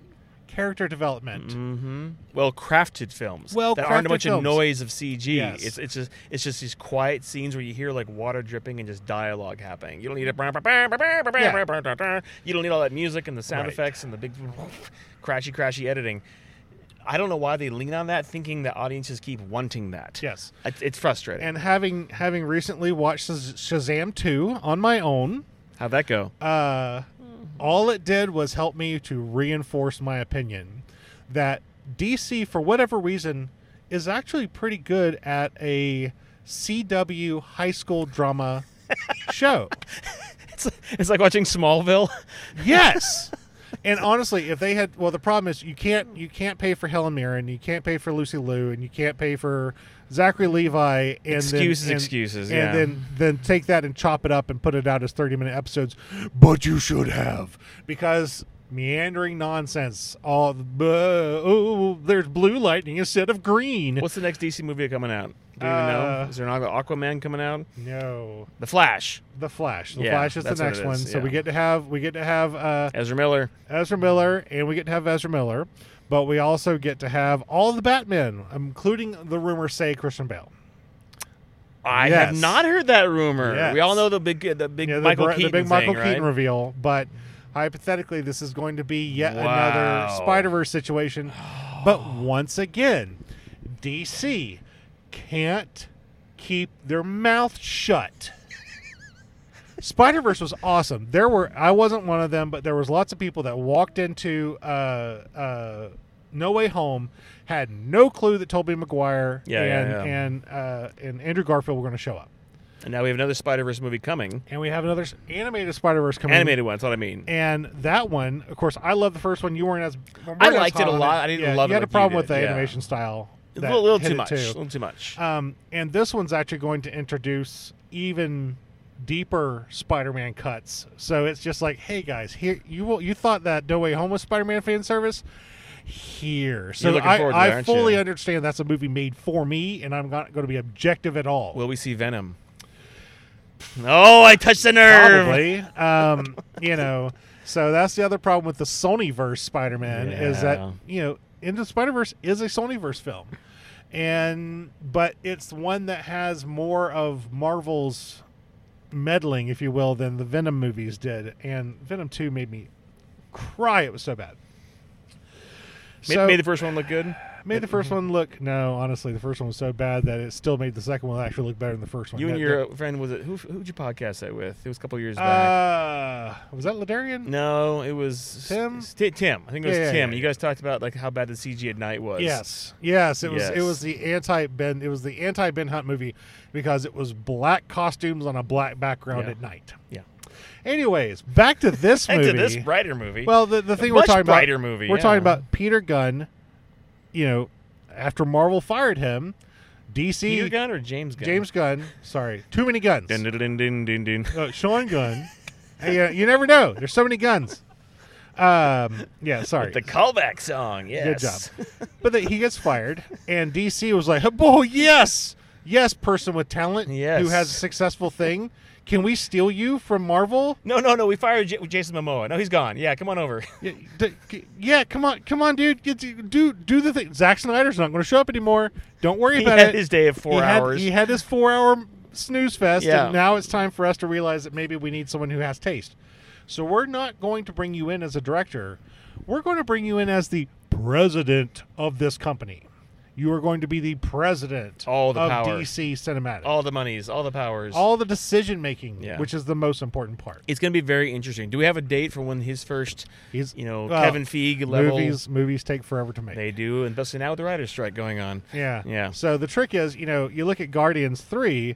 B: character development.
C: hmm well crafted films.
B: Well
C: that aren't
B: crafted
C: a bunch
B: films.
C: of noise of CG.
B: Yes.
C: It's it's just it's just these quiet scenes where you hear like water dripping and just dialogue happening. You don't need a you don't need all that music and the sound
B: Right.
C: effects and the big crashy crashy editing. I don't know why they lean on that, thinking that audiences keep wanting that.
B: Yes.
C: It's- it's frustrating.
B: And having having recently watched Shaz- Shazam 2 on my own,
C: How'd that go?
B: uh, all it did was help me to reinforce my opinion that DC, for whatever reason, is actually pretty good at a CW high school drama show.
C: It's, it's like watching Smallville.
B: Yes. And honestly, if they had well, the problem is you can't you can't pay for Helen Mirren, you can't pay for Lucy Liu, and you can't pay for Zachary Levi. And then-
C: Excuses,
B: and-
C: excuses,
B: And
C: yeah.
B: then then take that and chop it up and put it out as thirty minute episodes. But you should have because meandering nonsense. All the uh, oh, there's blue lightning instead of green.
C: What's the next DC movie coming out? Do you even
B: Uh,
C: know? Is there an Aquaman coming out?
B: No,
C: The Flash.
B: the Flash. The
C: Yeah,
B: Flash is the
C: that's what
B: next
C: it
B: one.
C: is,
B: So we
C: yeah.
B: get to have we get to have uh,
C: Ezra Miller.
B: Ezra Miller, and we get to have Ezra Miller, but we also get to have all the Batmen, including the rumor say Christian Bale.
C: I
B: Yes.
C: have not heard that rumor.
B: Yes.
C: We all know the big, the big
B: Yeah, the,
C: Michael
B: gr-
C: Keaton
B: the big Michael
C: thing,
B: Keaton
C: right?
B: reveal, but hypothetically, this is going to be yet another
C: Wow.
B: Spider Verse situation. But once again, DC can't keep their mouth shut. Spider Verse was awesome. There were I wasn't one of them, but there was lots of people that walked into uh, uh, No Way Home, had no clue that Tobey Maguire
C: Yeah, yeah,
B: and
C: yeah.
B: and uh, and Andrew Garfield were going to show up,
C: And now we have another Spider Verse movie coming.
B: and we have another s- animated Spider Verse coming.
C: Animated one. That's what I mean.
B: And that one, of course, I love the first one. You weren't as weren't
C: I
B: as
C: liked it
B: hot
C: a
B: on
C: lot. I didn't
B: Yeah,
C: love
B: you
C: it
B: had a
C: like you
B: problem with
C: did,
B: the
C: yeah.
B: animation style.
C: a
B: that
C: little, little
B: hit
C: too
B: it
C: much. A
B: too.
C: little too much.
B: Um, and this one's actually going to introduce even deeper Spider-Man cuts. So it's just like, hey guys, here you will, you thought that No Way Home was Spider-Man fan service. Here, so
C: looking
B: I,
C: forward to it,
B: I
C: aren't
B: fully
C: you?
B: understand that's a movie made for me, and I'm not going to be objective at all.
C: Will we see Venom? Oh, I touched the nerve.
B: probably. Um, you know, so that's the other problem with the Sony verse Spider Man is that
C: Yeah.
B: you know Into Spider Verse is a Sony verse film, and but it's one that has more of Marvel's meddling, if you will, than the Venom movies did, and Venom Two made me cry. It was so bad.
C: Made,
B: So-
C: made the uh, mm-hmm. first one look good.
B: made the first one look no honestly the first one was so bad that it still made the second one actually look better than the first one
C: You and
B: That-
C: your friend was it? Who who'd you podcast that with? It was a couple years
B: that-
C: back.
B: uh was that Ladarian
C: No, it was
B: Tim?
C: S- Ti- Tim, I think it was
B: Yeah, yeah,
C: Tim.
B: yeah,
C: you guys talked about like how bad the CG at night was.
B: Yes, yes, it was. It
C: Yes.
B: was the anti Ben. It was the anti Ben Hunt movie because it was black costumes on a black background
C: Yeah.
B: at night.
C: Yeah.
B: Anyways, back to this
C: Back
B: movie.
C: to this brighter movie.
B: well, the, the thing we're
C: much
B: talking
C: brighter
B: about.
C: movie,
B: We're
C: yeah.
B: talking about Peter Gunn. You know, after Marvel fired him, DC
C: Peter Gunn or James Gunn?
B: James Gunn. Sorry, too many guns.
C: Dun, dun, dun, dun, dun, dun.
B: Uh, Sean Gunn. Hey, you, you never know. There's so many guns. Um, yeah, sorry.
C: The callback song.
B: Good
C: Yes.
B: job. But that he gets fired, and DC was like, "Oh yes, yes, person with talent
C: Yes.
B: who has a successful thing, can we steal you from Marvel?
C: No, no, no. We fired J- Jason Momoa. No, he's gone. Yeah, come on over.
B: Yeah, d- g- yeah, come on, come on, dude, Get to- do do the thing. Zack Snyder's not going to show up anymore. Don't worry
C: he
B: about
C: had
B: it.
C: his day of
B: he
C: four hours.
B: Had, he had his four-hour snooze fest,
C: Yeah.
B: and now it's time for us to realize that maybe we need someone who has taste. So we're not going to bring you in as a director. We're going to bring you in as the president of this company. You are going to be the president
C: All the
B: of
C: power.
B: DC Cinematic.
C: All the monies, all the powers.
B: All the decision making,
C: Yeah.
B: which is the most important part.
C: it's going to be very interesting. Do we have a date for when his first,
B: He's
C: you know,
B: well,
C: Kevin Feige level?
B: Movies movies take forever to make.
C: They do, and especially now with the writer's strike going on.
B: yeah.
C: Yeah.
B: So the trick is, you know, you look at Guardians 3,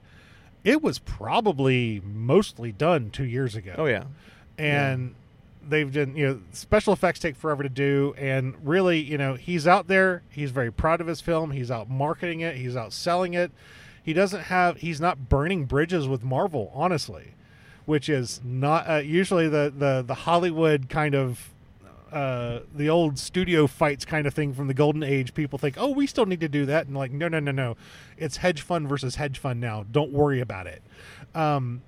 B: it was probably mostly done 2 years ago.
C: Oh yeah,
B: and they've done you know special effects take forever to do and really you know he's out there he's very proud of his film he's out marketing it he's out selling it he doesn't have he's not burning bridges with marvel honestly which is not uh, usually the, the the hollywood kind of uh, the old studio fights kind of thing from the golden age people think oh we still need to do that and like no no no no it's hedge fund versus hedge fund now don't worry about it um,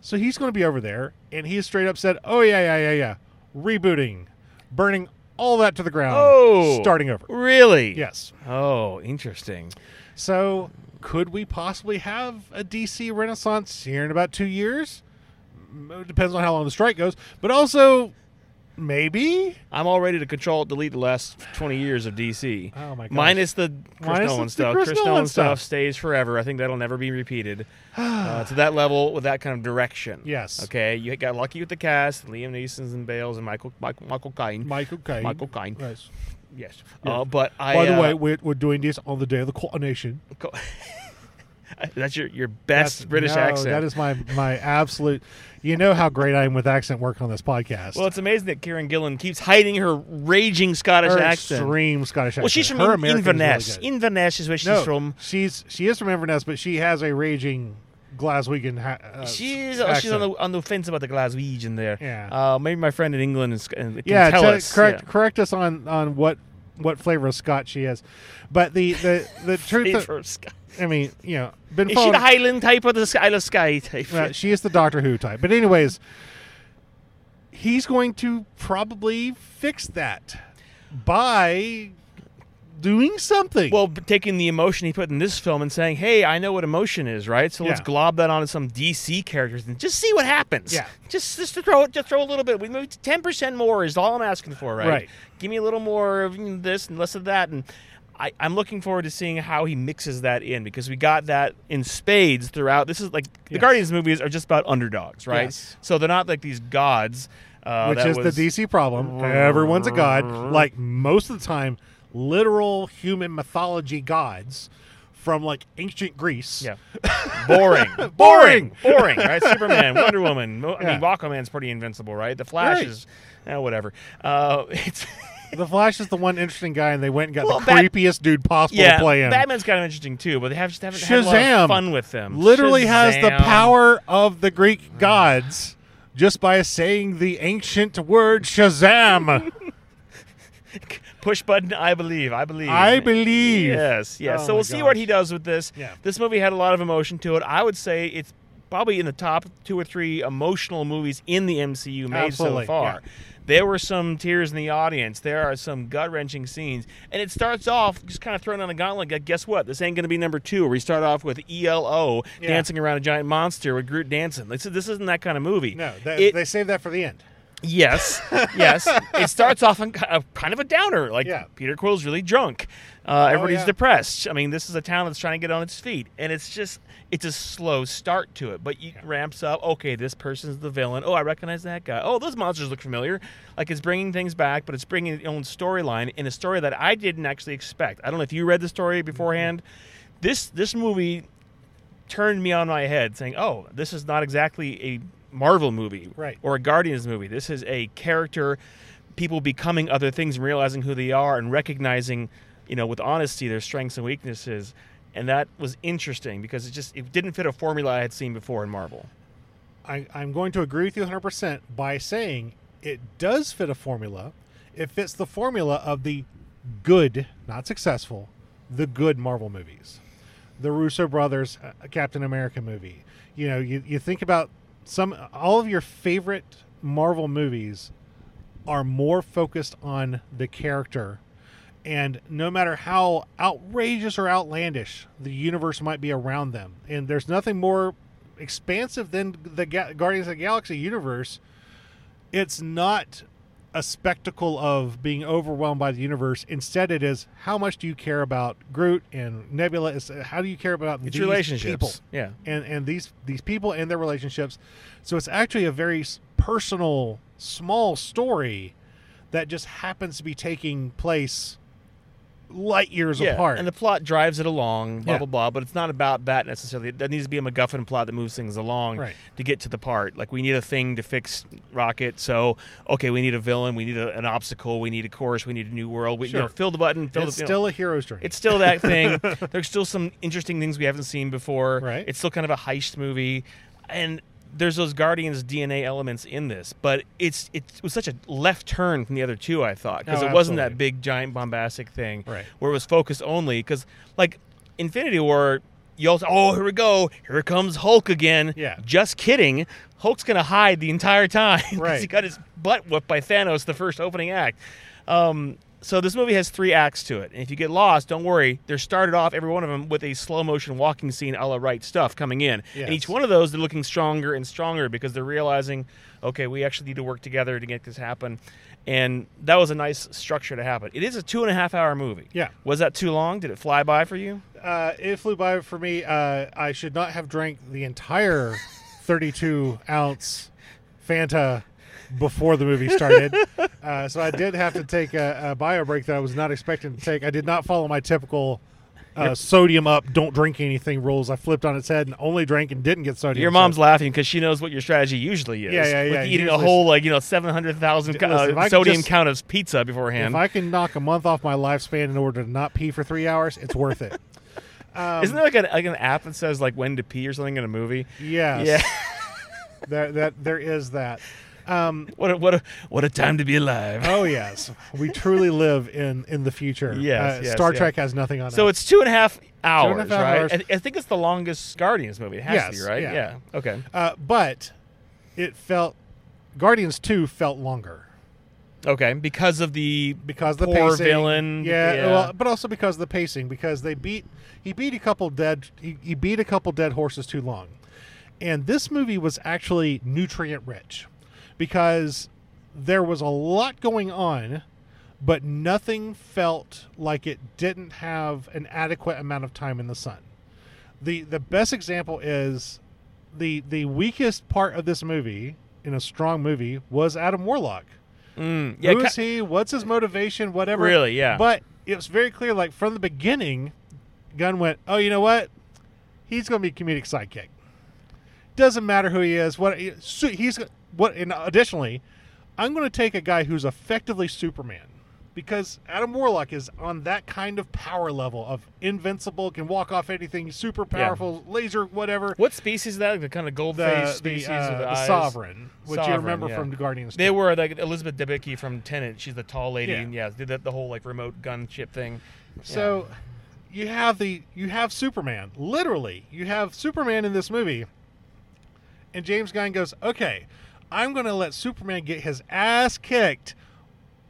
B: so he's going to be over there, and he straight up said, "Oh yeah, yeah, yeah, yeah, rebooting, burning all that to the ground,
C: Oh.
B: starting over."
C: really?
B: Yes.
C: Oh, interesting.
B: So could we possibly have a DC Renaissance here in about two years? M- It depends on how long the strike goes, but also maybe
C: I'm all ready to control delete the last 20 years of DC.
B: Oh, my gosh.
C: Minus the Chris
B: Minus
C: Nolan
B: the
C: stuff.
B: Chris Nolan stuff.
C: stays forever. I think that'll never be repeated uh, to that level with that kind of direction.
B: Yes.
C: Okay. You got lucky with the cast: Liam Neeson's and Bales and Michael Michael, Michael Caine.
B: Michael Caine.
C: Michael Caine.
B: Yes.
C: yes. Uh, but I.
B: By the
C: uh,
B: way, we're, we're doing this on the day of the coronation.
C: co- that's your your best
B: That's-
C: British
B: no,
C: accent.
B: That is my my absolute. You know how great I am with accent work on this podcast.
C: well, it's amazing that Karen Gillan keeps hiding her raging Scottish
B: her
C: accent.
B: extreme Scottish accent.
C: Well, she's from
B: Her
C: In-
B: American is really
C: Inverness.
B: good.
C: Inverness is where she's
B: no,
C: from.
B: She's she is from Inverness, but she has a raging Glaswegian. Ha- uh,
C: She's oh,
B: accent.
C: she's on the on the fence about the Glaswegian there.
B: Yeah.
C: Uh, maybe my friend in England is, uh, can
B: yeah.
C: tell
B: te-
C: us.
B: correct
C: Yeah.
B: correct us on on what what flavor of Scot she is, but the the the truth.
C: Is
B: of- I mean, you know, been
C: she
B: following-
C: the Highland type or the Isle of Skye type?
B: Well, she is the Doctor Who type. But anyways, he's going to probably fix that by doing something.
C: Well, b- taking the emotion he put in this film and saying, "Hey, I know what emotion is, right? So let's
B: Yeah.
C: glob that onto some DC characters and just see what happens.
B: Yeah.
C: just just to throw it, just throw a little bit. We move ten percent more is all I'm asking for, right?
B: Right.
C: Give me a little more of mm, this and less of that, and I, I'm looking forward to seeing how he mixes that in because we got that in spades throughout. This is like the
B: Yes.
C: Guardians movies are just about underdogs, right?
B: Yes.
C: So they're not like these gods. Uh,
B: which
C: that
B: is
C: was-
B: the DC problem. Everyone's a god, like most of the time, literal human mythology gods from like ancient Greece.
C: Yeah. Boring. boring. Boring. Right? Superman, Wonder Woman. Mo- I
B: Yeah.
C: mean, Aquaman's pretty invincible, right? The Flash
B: Right.
C: is, eh, whatever. Uh, it's
B: The Flash is the one interesting guy, and they went and got
C: Well,
B: the
C: Bat-
B: creepiest dude possible
C: yeah.
B: to play in.
C: Batman's kind of interesting too, but they have just haven't had a lot
B: Shazam
C: of fun with them.
B: Literally has the
C: Shazam.
B: power of the Greek gods just by saying the ancient word Shazam.
C: Push button. I believe. I believe.
B: I believe.
C: Yes. Yes.
B: Oh
C: so
B: my
C: we'll see what
B: gosh.
C: he does with this.
B: Yeah.
C: This movie had a lot of emotion to it. I would say it's probably in the top two or three emotional movies in the MCU made
B: Absolutely,
C: so far. There were some tears in the audience. There are some gut wrenching scenes, and it starts off just kind of thrown on a gauntlet. Like, guess what? This ain't going to be number two. Where we start off with ELO
B: Yeah.
C: dancing around a giant monster with Groot dancing. This, this isn't that kind of movie.
B: No,
C: It-
B: they, they saved that for the end.
C: Yes, yes. it starts off on ki- uh, kind of a downer. Like
B: Yeah. Oh,
C: Peter Quill's really drunk. Uh, everybody's
B: yeah.
C: depressed. I mean, this is a town that's trying to get on its feet, and it's just it's a slow start to it. But it ramps up. Okay, this person's the villain. Oh, I recognize that guy. Oh, those monsters look familiar. Like it's bringing things back, but it's bringing its own storyline in a story that I didn't actually expect. I don't know if you read the
B: Mm-hmm.
C: story beforehand. This this movie turned me on my head saying, oh, this is not exactly a Marvel movie
B: Right.
C: or a Guardians movie. This is a character, people becoming other things and realizing who they are and recognizing, you know, with honesty their strengths and weaknesses. And that was interesting because it just it didn't fit a formula I had seen before in Marvel.
B: I, I'm going to agree with you 100% by saying it does fit a formula. It fits the formula of the good, not successful, the good Marvel movies. The Russo brothers uh, Captain America movie. You know, you, you think about some all of your favorite Marvel movies are more focused on the character. And no matter how outrageous or outlandish the universe might be around them, and there's nothing more expansive than the Ga- Guardians of the Galaxy universe, it's not a spectacle of being overwhelmed by the universe. Instead, it is how much do you care about Groot and Nebula? Is how do you care about
C: It's
B: these
C: relationships.
B: people?
C: Yeah.
B: and and these these people and their relationships. So it's actually a very s- personal, small story that just happens to be taking place light years
C: yeah.
B: apart.
C: And the plot drives it along, blah,
B: Yeah.
C: blah, blah. But it's not about that necessarily. There needs to be a MacGuffin plot that moves things along
B: Right.
C: to get to the part. Like, we need a thing to fix Rocket. So, okay, we need a villain. We need a, an obstacle. We need a course. We need a new world. We, you know,
B: Sure.
C: fill the button. Fill
B: it's
C: the, you know.
B: still a hero's journey.
C: It's still that thing. There's still some interesting things we haven't seen before.
B: Right.
C: It's still kind of a heist movie, and there's those Guardians DNA elements in this, but it's it was such a left turn from the other two. I thought because
B: Oh,
C: it wasn't that
B: absolutely.
C: big giant bombastic thing
B: Right.
C: where it was focused only because like Infinity War. You also, oh, here we go. Here comes Hulk again.
B: Yeah.
C: Just kidding. Hulk's going to hide the entire time. 'cause
B: Right.
C: he got his butt whooped by Thanos the first opening act. Um, so this movie has three acts to it, and if you get lost, don't worry. They're started off every one of them with a slow motion walking scene, a la right stuff coming in, and each
B: Yes.
C: one of those they're looking stronger and stronger because they're realizing, okay, we actually need to work together to get this happen, and that was a nice structure to happen. It is a two and a half hour movie.
B: Yeah.
C: was that too long? Did it fly by for you?
B: uh, it flew by for me. Uh, I should not have drank the entire 32 ounce Fanta before the movie started. Uh, so I did have to take a, a bio break that I was not expecting to take. I did not follow my typical. Uh, sodium up, don't drink anything rules. I flipped on its head and only drank and didn't get sodium.
C: Your mom's laughing because she knows what your strategy usually is.
B: Yeah, yeah,
C: with
B: yeah,
C: Eating a
B: usually-
C: whole like you know seven hundred thousand
B: Listen, if I
C: uh,
B: could
C: sodium
B: just-
C: count of pizza beforehand.
B: If I can knock a month off my lifespan in order to not pee for three hours, it's worth it. Um,
C: Isn't there like an, like an app that says like when to pee or something in a movie?
B: Yes.
C: Yeah.
B: There, that there is that. Um,
C: What a, what a what a time to be alive.
B: oh yes, we truly live in in the future. Uh,
C: Yes, yes,
B: Star
C: yeah.
B: Trek has nothing on
C: So
B: it.
C: it's two and a half hours,
B: half
C: right?
B: hours.
C: I, I think it's the longest Guardians movie. It has to
B: Yes,
C: be, right?
B: yeah.
C: Okay.
B: uh, but it felt Guardians Two felt longer
C: Okay. Because of the
B: because the
C: Poor
B: pacing,
C: villain,
B: Yeah,
C: yeah.
B: Well, but also because of the pacing because they beat he beat a couple dead he, he beat a couple dead horses too long, and this movie was actually nutrient rich because there was a lot going on. But nothing felt like it didn't have an adequate amount of time in the sun. the the best example is the the weakest part of this movie in a strong movie was Adam Warlock. Who
C: mm, yeah,
B: is
C: ki-
B: he? What's his motivation? Whatever.
C: Really, yeah.
B: But it was very clear, like from the beginning, Gunn went, "Oh, you know what? He's going to be comedic sidekick. Doesn't matter who he is. What su- he's what? And additionally, I'm going to take a guy who's effectively Superman." Because Adam Warlock is on that kind of power level of invincible, can walk off anything, super powerful, laser, whatever
C: what species is that? Like the kind of gold face
B: the,
C: species
B: the,
C: of
B: uh,
C: the,
B: the
C: eyes?
B: sovereign, which you
C: Sovereign,
B: remember
C: yeah.
B: from Guardians.
C: They
B: 2.
C: were like Elizabeth Debicki from Tenet. She's the tall lady.
B: Yeah.
C: and Yeah. Did that the whole like remote gunship thing. Yeah.
B: so you have the you have Superman. Literally, you have Superman in this movie, and James Gunn goes, "Okay, I'm going to let Superman get his ass kicked."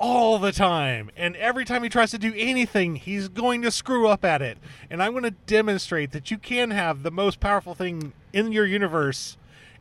B: All the time, and every time he tries to do anything, he's going to screw up at it. And I'm going to demonstrate that you can have the most powerful thing in your universe,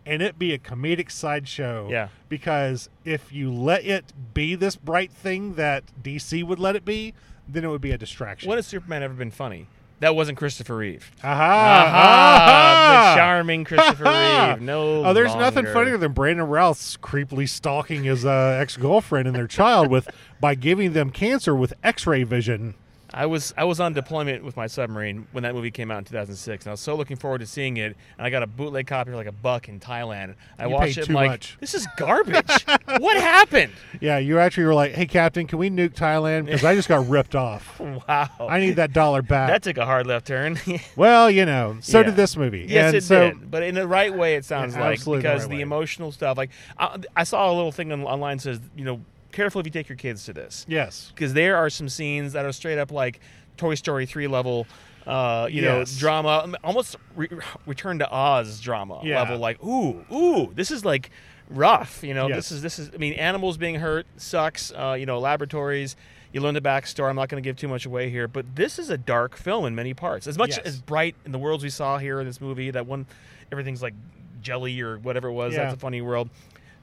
B: and it be a comedic sideshow.
C: Yeah.
B: because if you let it be this bright thing that DC would let it be, then it would be a distraction.
C: When has Superman ever been funny? That wasn't Christopher Reeve.
B: Aha!
C: Aha!
B: aha.
C: The charming Christopher
B: Ha-ha!
C: Reeve. No.
B: Oh, there's nothing
C: longer.
B: funnier than Brandon Routh creepily stalking his uh, ex-girlfriend and their child with by giving them cancer with X-ray vision.
C: I was I was on deployment with my submarine when that movie came out in 2006, and I was so looking forward to seeing it. And I got a bootleg copy for like a buck in Thailand. I
B: You
C: watched
B: paid
C: it
B: too
C: I'm like
B: much.
C: this is garbage. what happened?
B: Yeah, you actually were like, "Hey, Captain, can we nuke Thailand? Because I just got ripped off.
C: Wow,
B: I need that dollar back."
C: that took a hard left turn.
B: well, you know, so
C: Yeah.
B: did this movie.
C: Yes,
B: and
C: it
B: so,
C: did, but in the right way. It sounds
B: Yeah,
C: like
B: absolutely the
C: because
B: right
C: the
B: way.
C: emotional stuff. Like I, I saw a little thing on, online says you know careful if you take your kids to this.
B: Yes.
C: because there are some scenes that are straight up like Toy Story three level, uh, you
B: Yes.
C: know, drama, almost re- Return to Oz drama
B: Yeah.
C: level. Like, ooh, ooh, this is like rough. You know,
B: Yes.
C: this is this is. I mean, animals being hurt sucks. Uh, you know, laboratories. You learn the backstory. I'm not going to give too much away here, but this is a dark film in many parts. As much
B: Yes.
C: as bright in the worlds we saw here in this movie, that one, everything's like jelly or whatever it was.
B: Yeah.
C: That's a funny world.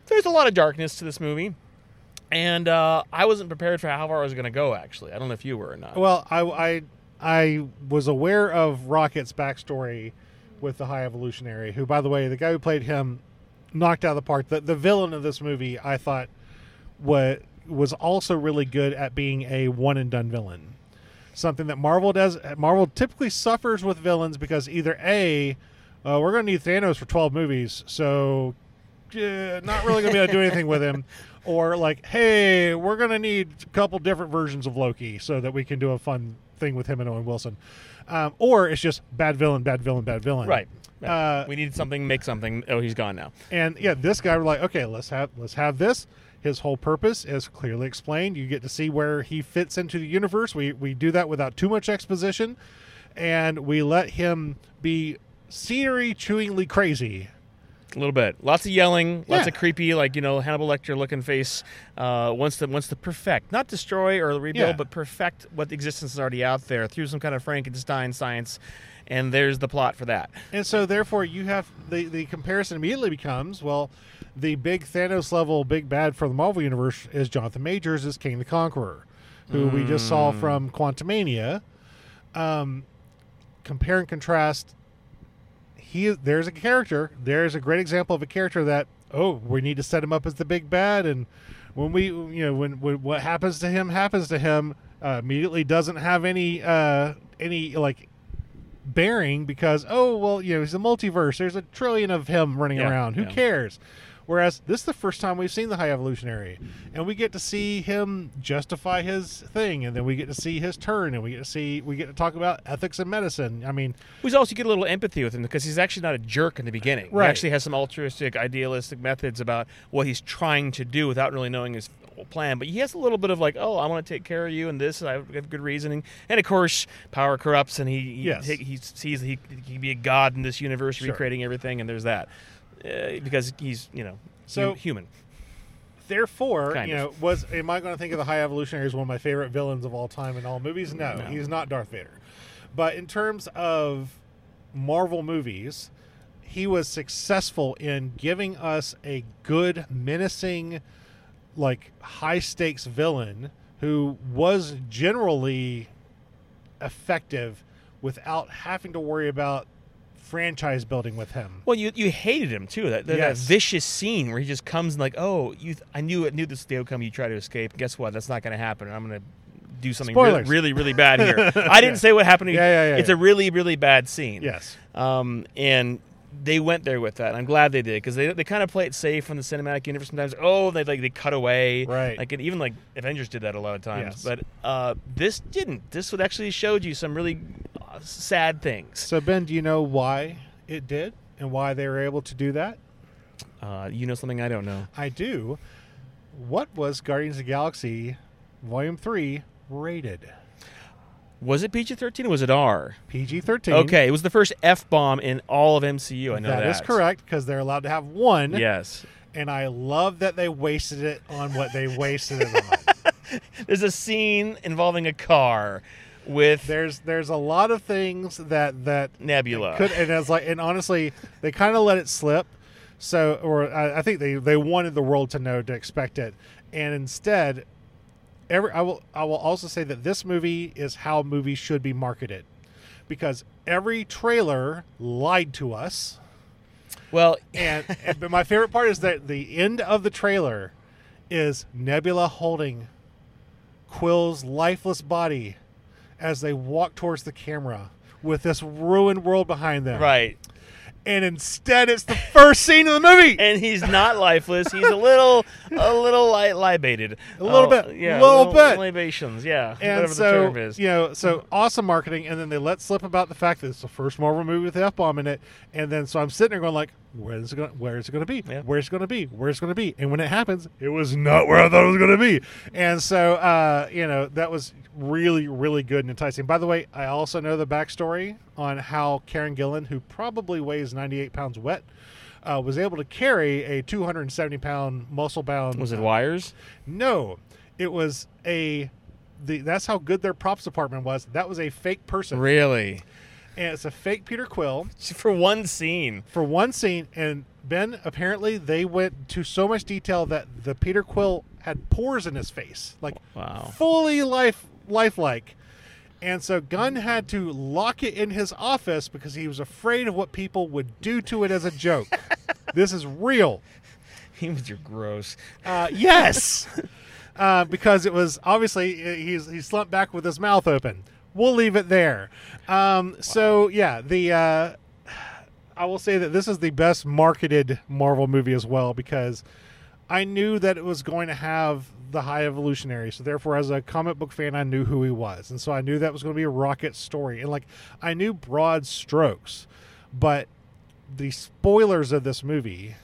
C: There's a lot of darkness to this movie and uh, I wasn't prepared for how far I was going to go. Actually, I don't know if you were or not.
B: Well, I, I I was aware of Rocket's backstory with the High Evolutionary, who, by the way, the guy who played him knocked out of the park. The, the villain of this movie, I thought, what was also really good at being a one and done villain. Something that Marvel does. Marvel typically suffers with villains because either a, uh, we're going to need Thanos for twelve movies, so uh, not really going to be able to do anything with him. Or like, hey, we're going to need a couple different versions of Loki so that we can do a fun thing with him and Owen Wilson. Um, or it's just bad villain, bad villain, bad villain.
C: right.
B: Uh,
C: we needed something. Make something. Oh, he's gone now.
B: And yeah, this guy we're like, okay, let's have let's have this. His whole purpose is clearly explained. You get to see where he fits into the universe. We we do that without too much exposition, and we let him be scenery chewingly crazy.
C: A little bit. Lots of yelling. Lots
B: Yeah.
C: of creepy, like you know, Hannibal Lecter looking face. Uh, wants to wants to perfect, not destroy or rebuild,
B: Yeah.
C: but perfect what existence is already out there through some kind of Frankenstein science. And there's the plot for that.
B: And so therefore you have the the comparison immediately becomes, well, the big Thanos level big bad for the Marvel universe is Jonathan Majors as King the Conqueror, who we just saw from Quantumania. Um compare and contrast he is there's a character, there's a great example of a character that oh, we need to set him up as the big bad and when we you know when, when what happens to him happens to him uh, immediately doesn't have any uh any like bearing because oh well you know he's a multiverse there's a trillion of him running
C: Yeah,
B: around who
C: yeah.
B: cares whereas this is the first time we've seen the high evolutionary and we get to see him justify his thing and then we get to see his turn and we get to see we get to talk about ethics and medicine i mean
C: We also get a little empathy with him because he's actually not a jerk in the beginning.
B: Right.
C: He actually has some altruistic, idealistic methods about what he's trying to do without really knowing his plan. But he has a little bit of like, oh, I want to take care of you and this, and I have good reasoning. And of course, power corrupts, and he he,
B: Yes.
C: he, he sees that he, he can be a god in this universe,
B: Sure.
C: recreating everything, and there's that. Uh, because he's, you know,
B: So-
C: hu- human.
B: therefore
C: Kind
B: you know
C: of.
B: was am i going to think of the high evolutionary as one of my favorite villains of all time in all movies no,
C: No.
B: he's not darth vader but in terms of marvel movies he was successful in giving us a good menacing like high stakes villain who was generally effective without having to worry about franchise building with him
C: Well, you you hated him too. That, that,
B: Yes.
C: that vicious scene where he just comes and like, oh, you, th- I knew it, knew this was the outcome. You try to escape. Guess what? That's not going to happen. And I'm going to do something really,
B: Spoilers.
C: really, really bad here. I didn't say what happened. To
B: Yeah, yeah, yeah,
C: It's
B: yeah.
C: a really, really bad scene.
B: yes
C: Um, and they went there with that. And I'm glad they did because they, they kind of play it safe from the cinematic universe sometimes. Oh, they like they cut away.
B: Right.
C: Like and even like Avengers did that a lot of times.
B: Yes.
C: But uh, this didn't. This would actually showed you some really uh, sad things.
B: So Ben, do you know why it did and why they were able to do that?
C: Uh, you know something I don't know.
B: I do. What was Guardians of the Galaxy Volume 3 rated?
C: Was it PG-13 or was it R?
B: PG-13.
C: Okay, it was the first F bomb in all of MCU. I know that.
B: that is correct because they're allowed to have one.
C: Yes.
B: And I love that they wasted it on what they wasted it on.
C: There's a scene involving a car with
B: There's there's a lot of things that that
C: Nebula.
B: could and it's like and honestly they kind of let it slip so or I, I think they they wanted the world to know to expect it and instead every i will i will also say that this movie is how movies should be marketed because every trailer lied to us
C: well,
B: and, and but my favorite part is that the end of the trailer is nebula holding quill's lifeless body as they walk towards the camera with this ruined world behind them
C: right.
B: and instead it's the first scene of the movie.
C: And he's not lifeless. He's a little, a little li- libated.
B: A little
C: Uh,
B: bit,
C: Yeah.
B: little bit.
C: Libations. Yeah.
B: And
C: whatever
B: so,
C: the term is.
B: you know, so awesome marketing, and then they let slip about the fact that it's the first Marvel movie with the f bomb in it, and then so I'm sitting there going like, where's it going? Where's it going to be?
C: Yeah.
B: Where's it going to be? Where's it going to be? And when it happens, it was not where I thought it was going to be. And so, uh, you know, that was really, really good and enticing. By the way, I also know the backstory on how Karen Gillan, who probably weighs 98 pounds wet, uh, was able to carry a 270 pound muscle bound
C: Was it wires?
B: No, it was a. The, that's how good their props department was. That was a fake person,
C: Really?
B: and it's a fake Peter Quill
C: For one scene.
B: for one scene. And Ben, apparently, they went to so much detail that the Peter Quill had pores in his face, like
C: Wow.
B: fully life lifelike. And so Gunn had to lock it in his office because he was afraid of what people would do to it as a joke. this is real.
C: He was your gross.
B: Uh, yes, uh, because it was obviously uh, he's he slumped back with his mouth open. We'll leave it there. Um, So yeah, the uh, I will say that this is the best marketed Marvel movie as well because I knew that it was going to have the High Evolutionary. So therefore, as a comic book fan, I knew who he was, and so I knew that was going to be a rocket story, and like I knew broad strokes, but the spoilers of this movie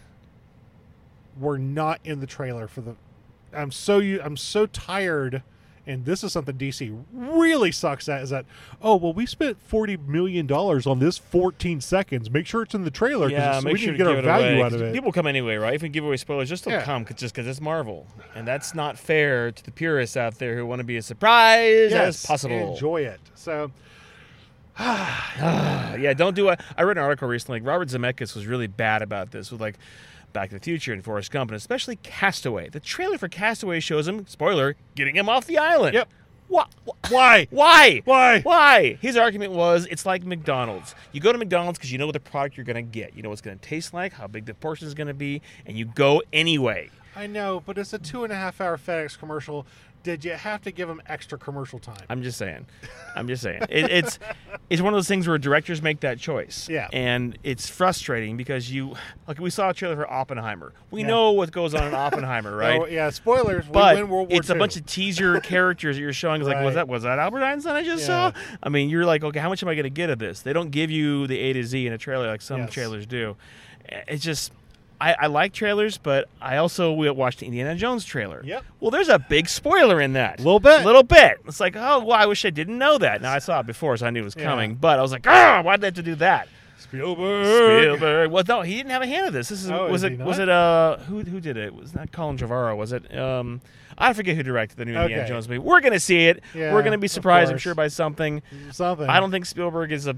B: were not in the trailer for the I'm so you I'm so tired and this is something DC really sucks at is that oh well we spent 40 million dollars on this 14 seconds make sure it's in the trailer
C: Yeah,
B: because
C: make
B: we
C: sure
B: need
C: to
B: to get
C: give
B: our
C: it away,
B: value out
C: 'cause
B: of it
C: People come anyway, right? If we give away spoilers, just they'll
B: Yeah.
C: come 'cause- just because it's Marvel, and that's not fair to the purists out there who want to be as surprised as possible.
B: enjoy it so
C: Uh, yeah, don't do it. I read an article recently. Like Robert Zemeckis was really bad about this with like Back to the Future and Forrest Gump, and especially Castaway. The trailer for Castaway shows him spoiler getting him off the island.
B: Yep.
C: What?
B: why
C: Why?
B: Why?
C: Why? His argument was it's like McDonald's. You go to McDonald's because you know what the product you're going to get. You know what it's going to taste like, how big the portion is going to be, and you go anyway.
B: I know but it's a two and a half hour FedEx commercial did you have to give him extra commercial time
C: I'm just saying. I'm just saying. It, it's it's one of those things where directors make that choice.
B: Yeah.
C: And it's frustrating because you like we saw a trailer for Oppenheimer. We
B: Yeah.
C: know what goes on in Oppenheimer, right?
B: Oh, yeah spoilers
C: but
B: we win World War
C: it's a bunch of teaser characters that you're showing. It's like, was
B: Right.
C: that was that Albert Einstein I just
B: Yeah.
C: saw? I mean, you're like, okay, how much am I going to get of this? They don't give you the A to Z in a trailer like some
B: Yes.
C: trailers do. Eh, It's just. I, I like trailers, but I also we watched the Indiana Jones trailer.
B: Yep.
C: Well, there's a big spoiler in that.
B: Little bit.
C: A little bit. It's like, oh, well, I wish I didn't know that. Now I saw it before, so I knew it was
B: Yeah.
C: coming. But I was like, ah, why'd they have to do that?
B: Spielberg
C: Spielberg. Well, no, he didn't have a hand in this. This is
B: Oh,
C: was
B: did
C: it
B: he
C: was
B: not?
C: it uh who who did it? Was that Colin Trevorrow? Was it um I forget who directed the new Indiana
B: Okay.
C: Jones movie. We're gonna see it. We're
B: Yeah,
C: gonna be
B: of
C: surprised, I'm
B: course.
C: sure, by something.
B: something
C: I don't think Spielberg is a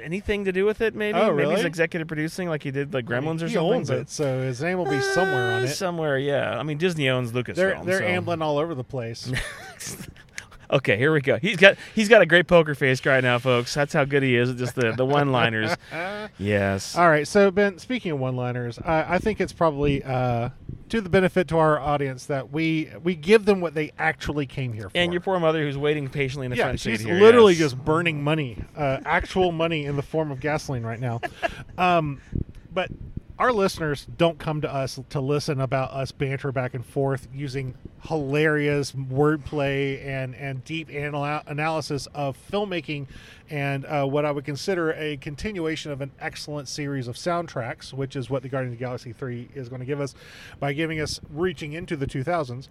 C: anything to do with it. Maybe
B: Oh,
C: maybe he's
B: really?
C: executive producing like he did like
B: I mean,
C: Gremlins or
B: he
C: something.
B: owns
C: but-
B: it so his name will be somewhere on
C: Uh,
B: it
C: Somewhere, yeah. I mean, Disney owns Lucasfilm.
B: They're they're
C: so-
B: ambling all over the place.
C: Okay, here we go. He's got he's got a great poker face right now, folks. That's how good he is. at Just the the one liners. yes.
B: all right, so Ben, speaking of one-liners, I, I think it's probably uh, to the benefit to our audience that we we give them what they actually came here for.
C: And your poor mother, who's waiting patiently in the
B: yeah,
C: front seat
B: she's
C: here.
B: literally
C: yes.
B: just burning money, uh, actual money in the form of gasoline right now. Um, but our listeners don't come to us to listen about us banter back and forth using hilarious wordplay and and deep anal- analysis of filmmaking and uh, what I would consider a continuation of an excellent series of soundtracks, which is what the Guardians of the Galaxy Three is going to give us by giving us reaching into the two thousands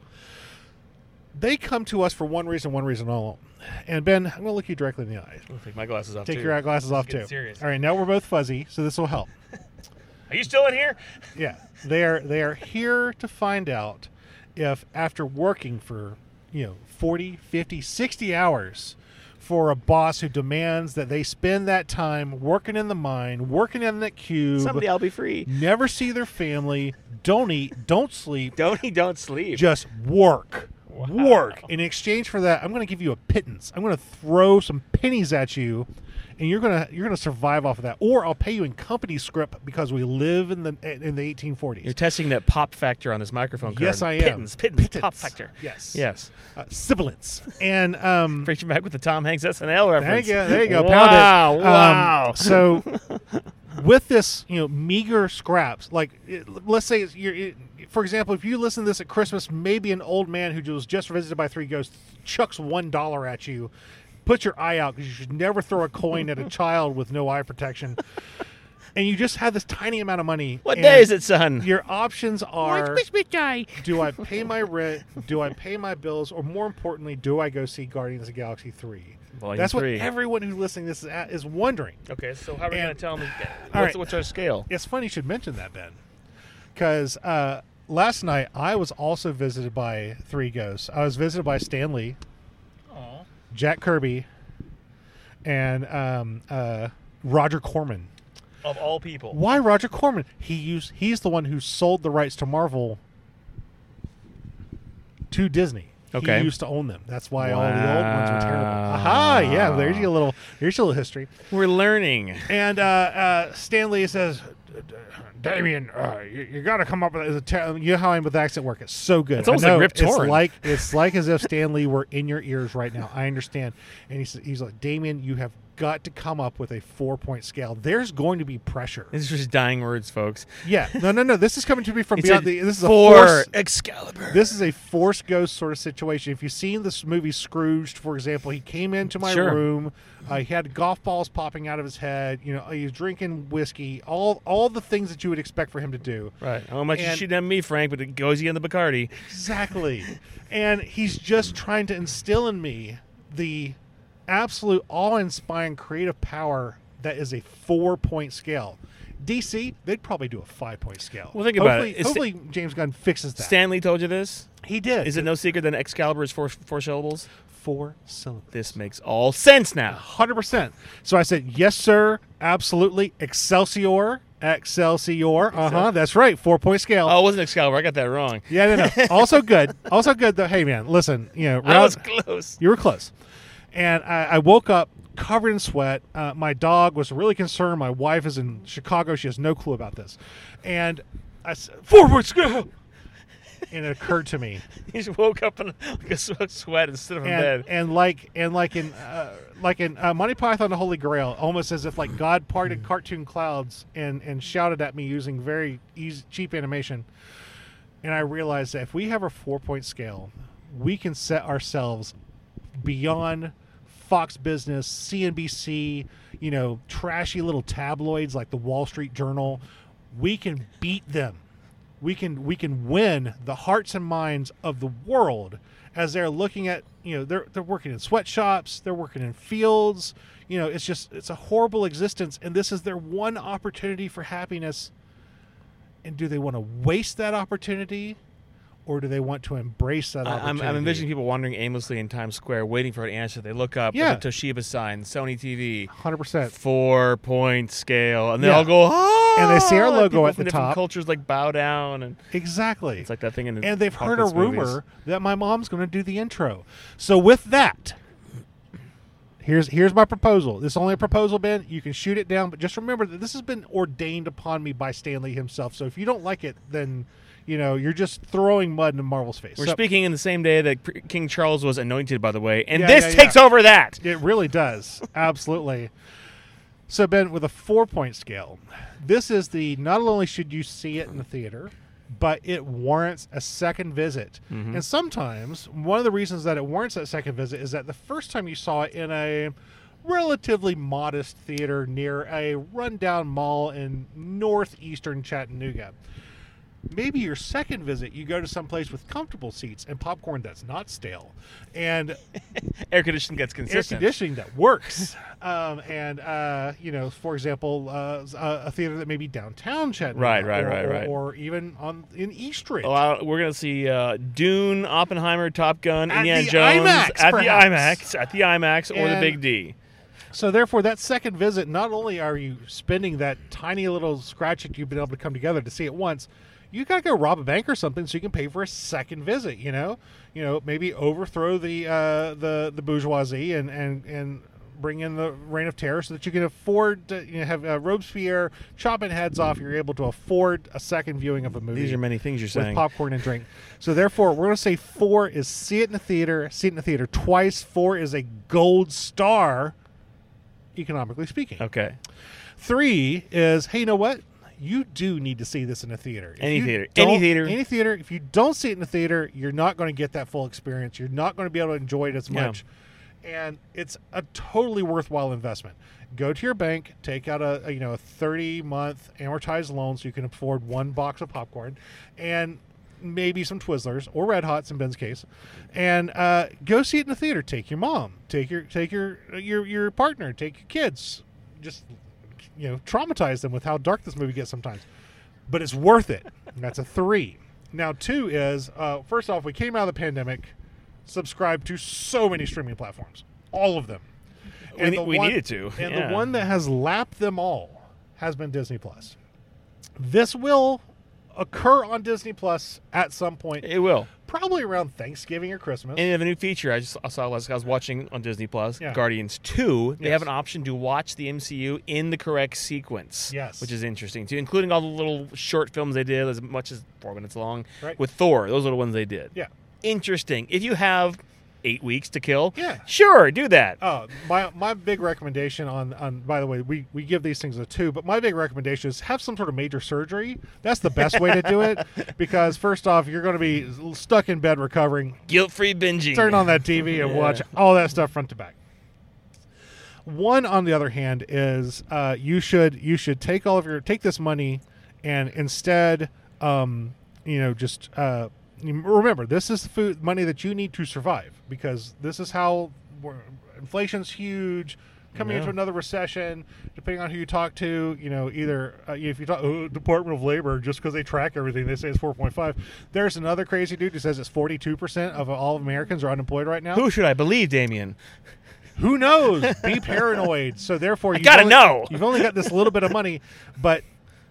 B: they come to us for one reason, one reason alone. And Ben, I'm going to look you directly in the eye.
C: I'll take my glasses off.
B: Take
C: too.
B: your glasses off
C: getting
B: too.
C: serious.
B: All right, now we're both fuzzy, so this will help.
C: Are you still in here?
B: Yeah, they are they are here to find out if after working for, you know, 40, 50, 60 hours for a boss who demands that they spend that time working in the mine, working in that cube,
C: Someday I'll be free.
B: never see their family, don't eat, don't sleep,
C: Don't he don't sleep.
B: just work
C: Wow.
B: work in exchange for that i'm going to give you a pittance i'm going to throw some pennies at you and you're going to you're going to survive off of that or i'll pay you in company script because we live in the in the 1840s
C: You're testing that pop factor on this microphone card.
B: yes i am
C: Pittance, pittance, pop factor.
B: yes
C: Yes.
B: uh, sibilance and um
C: Preaching back with the Tom Hanks SNL
B: Thank
C: reference.
B: you. There you go. Pound it.
C: Wow.
B: Um,
C: wow.
B: so, with this, you know, meager scraps, like it- let's say it's, you're, it, for example, if you listen to this at Christmas, maybe an old man who was just visited by three ghosts chucks one dollar at you. Put your eye out because you should never throw a coin at a child with no eye protection. And you just have this tiny amount of money.
C: what
B: and
C: day is it, son?
B: Your options are
C: day.
B: do I pay my rent? Do I pay my bills? Or more importantly, do I go see Guardians of the Galaxy 3?
C: Volume
B: That's
C: three.
B: what everyone who's listening to this is, at, is wondering.
C: Okay, so how are we
B: And-
C: going to tell him? What's,
B: All right.
C: what's our scale?
B: It's funny you should mention that, Ben, because uh, last night I was also visited by three ghosts. I was visited by Stan Lee, Jack Kirby, and um, uh, Roger Corman.
C: Of all people.
B: Why Roger Corman? He used, he's the one who sold the rights to Marvel to Disney.
C: Okay.
B: He used to own them. That's why all the old ones were terrible.
C: Wow.
B: Aha! Yeah, there's your little, there's your little history.
C: We're learning.
B: And uh, uh, Stanley says, Damien, uh, you, you got to come up with a ter- you know how I'm with accent work. It's so good.
C: It's almost
B: I
C: like
B: know.
C: Rip Torn.
B: It's like it's like as if Stanley were in your ears right now. I understand. And he says, he's like, Damien, you have got to come up with a four point scale. There's going to be pressure.
C: It's just dying words, folks.
B: Yeah. No, no, no. This is coming to me from
C: It's
B: beyond
C: a
B: the. This is
C: four
B: a force.
C: Excalibur.
B: This is a force ghost sort of situation. If you've seen this movie Scrooged, for example, he came into my
C: Sure.
B: room. Uh, he had golf balls popping out of his head. You know, he was drinking whiskey. All all the things that you would expect for him to do.
C: right. How much you
B: And-
C: shooting at me, Frank? But it goes you in the Bacardi.
B: Exactly. and he's just trying to instill in me the absolute awe-inspiring creative power that is a four-point scale. DC, they'd probably do a five-point scale.
C: Well, think about it.
B: Hopefully-
C: It's-
B: Hopefully, James Gunn fixes that.
C: Stanley told you this.
B: he did.
C: Is it no secret that Excalibur is four four syllables?
B: four syllables?
C: This makes all sense now.
B: hundred percent. So I said, "Yes, sir, absolutely, Excelsior, Excelsior." Uh huh. That's right. Four point scale.
C: Oh, it wasn't Excalibur. I got that wrong.
B: Yeah, no, no. also good. Also good though. Hey, man, listen. You know,
C: I was
B: round-
C: close.
B: you were close. And I, I woke up covered in sweat. Uh, my dog was really concerned. My wife is in Chicago. She has no clue about this. And I said, four point scale. And it occurred to me
C: You just woke up in like a swe- sweat instead of in
B: and,
C: bed.
B: and like and like in uh, like in uh, Monty Python and the Holy Grail, almost as if like God parted cartoon clouds and and shouted at me using very easy, cheap animation. And I realized that if we have a four point scale, we can set ourselves beyond Fox Business, CNBC, you know, trashy little tabloids like the Wall Street Journal. We can beat them. We can we can win the hearts and minds of the world as they're looking at you know they're they're working in sweatshops, they're working in fields. You know, it's just it's a horrible existence, and this is their one opportunity for happiness. And do they want to waste that opportunity, or do they want to embrace that
C: I- Uh, I'm,
B: opportunity?
C: I'm envisioning people wandering aimlessly in Times Square, waiting for an answer. They look up,
B: Yeah.
C: yeah. the Toshiba sign, Sony TV,
B: hundred percent.
C: four point scale, and they
B: Yeah.
C: all go, ah!
B: And they see our logo
C: People
B: at
C: from
B: the
C: different
B: top.
C: Cultures like bow down, and
B: Exactly.
C: it's like that thing. In
B: and they've heard a
C: Hawkins
B: rumor
C: movies.
B: that my mom's going to do the intro. So with that, here's here's my proposal. This is only a proposal, Ben. You can shoot it down, but just remember that this has been ordained upon me by Stanley himself. So if you don't like it, then you know you're just throwing mud in Marvel's face.
C: We're
B: So-
C: speaking in the same day that Pr- King Charles was anointed, by the way, and
B: Yeah,
C: this
B: yeah, yeah.
C: takes over that.
B: It really does. Absolutely. So, Ben, with a four point scale, this is the not only should you see it in the theater, but it warrants a second visit. And sometimes one of the reasons that it warrants that second visit is that the first time you saw it in a relatively modest theater near a rundown mall in northeastern Chattanooga. Maybe your second visit, you go to some place with comfortable seats and popcorn that's not stale, and
C: Air conditioning gets
B: air
C: consistent.
B: conditioning that works. um, and uh, you know, for example, uh, s- a a theater that may be downtown Chattanooga,
C: Right, right,
B: or,
C: right,
B: or-
C: right. Oh,
B: or even on in Eastridge.
C: A lot of- we're gonna see uh, Dune, Oppenheimer, Top Gun,
B: At
C: Indiana
B: the
C: Jones
B: IMAX,
C: at
B: perhaps.
C: the IMAX, at the IMAX, or the
B: And-
C: Big D.
B: So therefore, that second visit, not only are you spending that tiny little scratch that you've been able to come together to see it once, you gotta go rob a bank or something so you can pay for a second visit. You know, you know, maybe overthrow the uh, the the bourgeoisie and and and bring in the reign of terror so that you can afford to you know, have uh, Robespierre chopping heads off. You're able to afford a second viewing of a movie
C: These are many things you're
B: with
C: saying.
B: popcorn and drink. So therefore, we're going to say four is see it in the theater, see it in the theater twice. Four is a gold star, economically speaking.
C: okay.
B: Three is hey, you know what? You do need to see this in a theater. If
C: Any
B: you
C: theater. Any
B: don't-
C: theater.
B: Any theater. If you don't see it in the theater, you're not going to get that full experience. You're not going to be able to enjoy it as
C: Yeah.
B: much. And it's a totally worthwhile investment. Go to your bank, take out a, a, you know a 30 month amortized loan so you can afford one box of popcorn, and maybe some Twizzlers or Red Hots in Ben's case, and uh, go see it in the theater. Take your mom, take your take your your your partner, take your kids. Just you know traumatize them with how dark this movie gets sometimes but it's worth it. And that's a three. Now, two is uh, first off, we came out of the pandemic, subscribed to so many streaming platforms, all of them.
C: We ne- we needed to,
B: And
C: yeah.
B: the one that has lapped them all has been Disney Plus. This will occur on Disney Plus at some point
C: It will.
B: probably around Thanksgiving or Christmas.
C: And they have a new feature I just I saw last I was watching on Disney Plus,
B: Yeah.
C: Guardians 2. They
B: Yes.
C: have an option to watch the MCU in the correct sequence.
B: Yes.
C: Which is interesting too, including all the little short films they did, as much as four minutes long.
B: Right.
C: With Thor, those are the ones they did.
B: yeah.
C: Interesting. If you have eight weeks to kill,
B: Yeah.
C: sure, do that.
B: Oh, my my big recommendation on on by the way, we we give these things a two, but my big recommendation is have some sort of major surgery. That's the best way to do it because first off, you're going to be stuck in bed recovering.
C: Guilt free binging.
B: Turn on that TV and
C: Yeah.
B: watch all that stuff front to back. One, on the other hand, is uh, you should you should take all of your take this money and instead, um, you know, just uh, you- remember this is food money that you need to survive because this is how we're, inflation's huge. Coming
C: Yeah.
B: into another recession, depending on who you talk to, you know, either uh, if you talk oh, Department of Labor, just because they track everything, they say it's 4.5. There's another crazy dude who says it's 42% of all Americans are unemployed right now.
C: Who should I believe, Damien?
B: Who knows? Be paranoid. So therefore, you
C: gotta know.
B: You've only got this little bit of money, but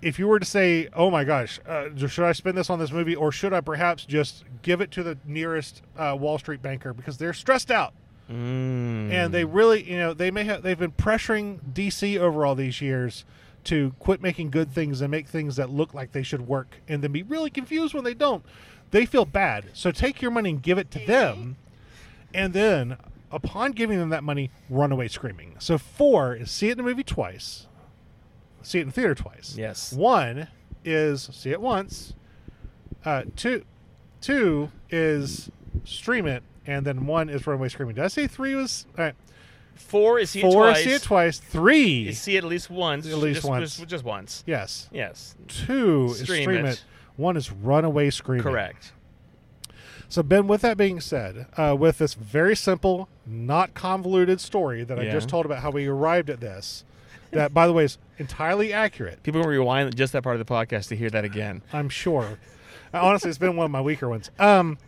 B: if you were to say, "Oh my gosh, uh, should I spend this on this movie, or should I perhaps just give it to the nearest uh, Wall Street banker because they're stressed out
C: Mm.
B: and they really, you know, they may have they've been pressuring DC over all these years." To quit making good things and make things that look like they should work, and then be really confused when they don't. They feel bad. So take your money and give it to them, and then upon giving them that money, run away screaming. So four is see it in the movie twice, see it in theater twice.
C: Yes.
B: One is see it once. Uh, two, two is stream it, and then one is run away screaming. Did I say three was all right?
C: Four is see it
B: four
C: twice.
B: see it twice. Three,
C: is see it at least once.
B: At least
C: just,
B: once.
C: Just, just once.
B: yes.
C: Yes.
B: Two is
C: Stream
B: stream
C: it.
B: it. One is run away screaming.
C: Correct.
B: So, Ben, with that being said, uh, with this very simple, not convoluted story that I
C: Yeah.
B: just told about how we arrived at this, that, by the way, is entirely accurate,
C: People can rewind just that part of the podcast to hear that again.
B: I'm sure. Uh, honestly, it's been one of my weaker ones. Um,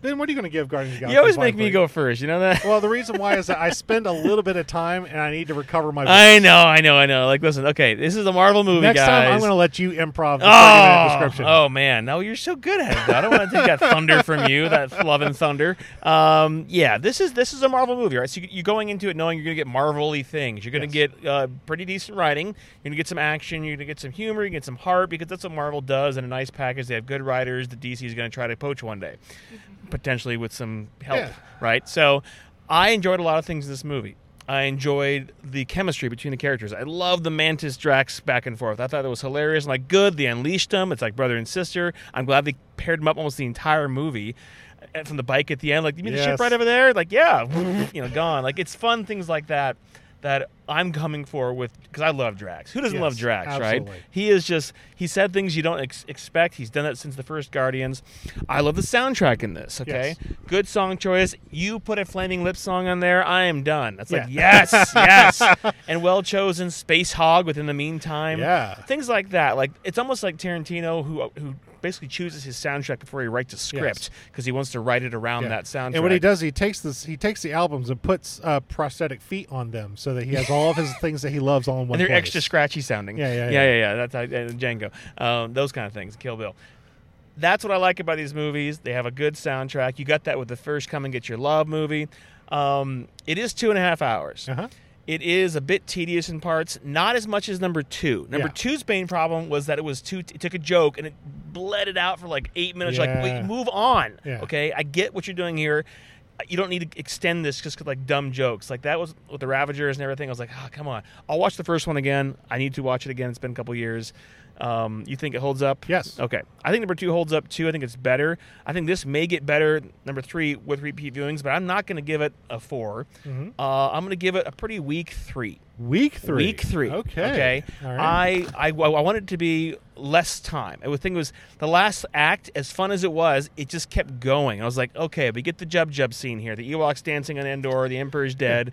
B: ben, what are you going to give Guardians of the Galaxy?
C: You always
B: Volume
C: make me
B: three?
C: go first. You know that?
B: Well, the reason why is that I spend a little bit of time and I need to recover my.
C: I
B: voice.
C: know, I know, I know. Like, listen, okay, this is a Marvel movie,
B: Next
C: guys.
B: time, I'm going to let you improv the 30 minute
C: Oh,
B: description.
C: oh man! No, you're so good at it. Though. I don't want to take that thunder from you, that love and thunder. Um, yeah, this is this is a Marvel movie, right? So you, you're going into it knowing you're going to get Marvel-y things. You're going
B: Yes.
C: to get uh, pretty decent writing. You're going to get some action. You're going to get some humor. You get some heart because that's what Marvel does in a nice package. They have good writers. The DC is going to try to poach one day, potentially with some help,
B: Yeah.
C: right? So I enjoyed a lot of things in this movie. I enjoyed the chemistry between the characters. I love the Mantis Drax back and forth. I thought that was hilarious. and like, good, they unleashed them. It's like brother and sister. I'm glad they paired them up almost the entire movie. And from the bike at the end, like, you mean the
B: Yes.
C: ship right over there? Like, yeah, you know, gone. Like, it's fun things like that that I'm coming for with because I love Drax. Who doesn't love
B: Yes,
C: Drax, right?
B: absolutely.
C: He is just he said things you don't ex- expect. He's done that since the first Guardians. I love the soundtrack in this. Okay, good song choice. You put a flaming lips song on there. I am done. That's like yes, yes, and well chosen. Space Hog within the meantime.
B: Yeah.
C: things like that. Like it's almost like Tarantino who who basically chooses his soundtrack before he writes a script because he wants to write it around
B: Yeah.
C: that soundtrack.
B: And what he does, he takes this, he takes the albums and puts uh, prosthetic feet on them, so that he has all of his things that he loves all in one.
C: and they're
B: place.
C: extra scratchy sounding.
B: Yeah, yeah,
C: yeah,
B: yeah.
C: yeah. yeah. That's how, uh, Django, um, those kind of things. Kill Bill. That's what I like about these movies. They have a good soundtrack. You got that with the first Come and Get Your Love movie. Um, it is two and a half hours.
B: Uh-huh.
C: It is a bit tedious in parts, not as much as number two. Number
B: Yeah.
C: two's main problem was that it was too. It took a joke and it bled it out for like eight minutes. You're Like,
B: Yeah.
C: wait, move on.
B: Yeah.
C: Okay, I get what you're doing here. You don't need to extend this just 'cause, like dumb jokes. Like that was with the Ravagers and everything. I was like, oh, come on. I'll watch the first one again. I need to watch it again. It's been a couple years. Um, you think it holds up?
B: Yes.
C: Okay. I think number two holds up too. I think it's better. I think this may get better, number three, with repeat viewings, but I'm not going to give it a 4
B: Mm-hmm.
C: Uh, I'm going to give it a pretty weak three.
B: Week three.
C: Week three.
B: Okay.
C: Okay. Uh,
B: All right.
C: I, I I wanted it to be less time. I would think it was the last act, as fun as it was, it just kept going. I was like, okay, we get the Jub Jub scene here, the Ewoks dancing on Endor, the Emperor's dead.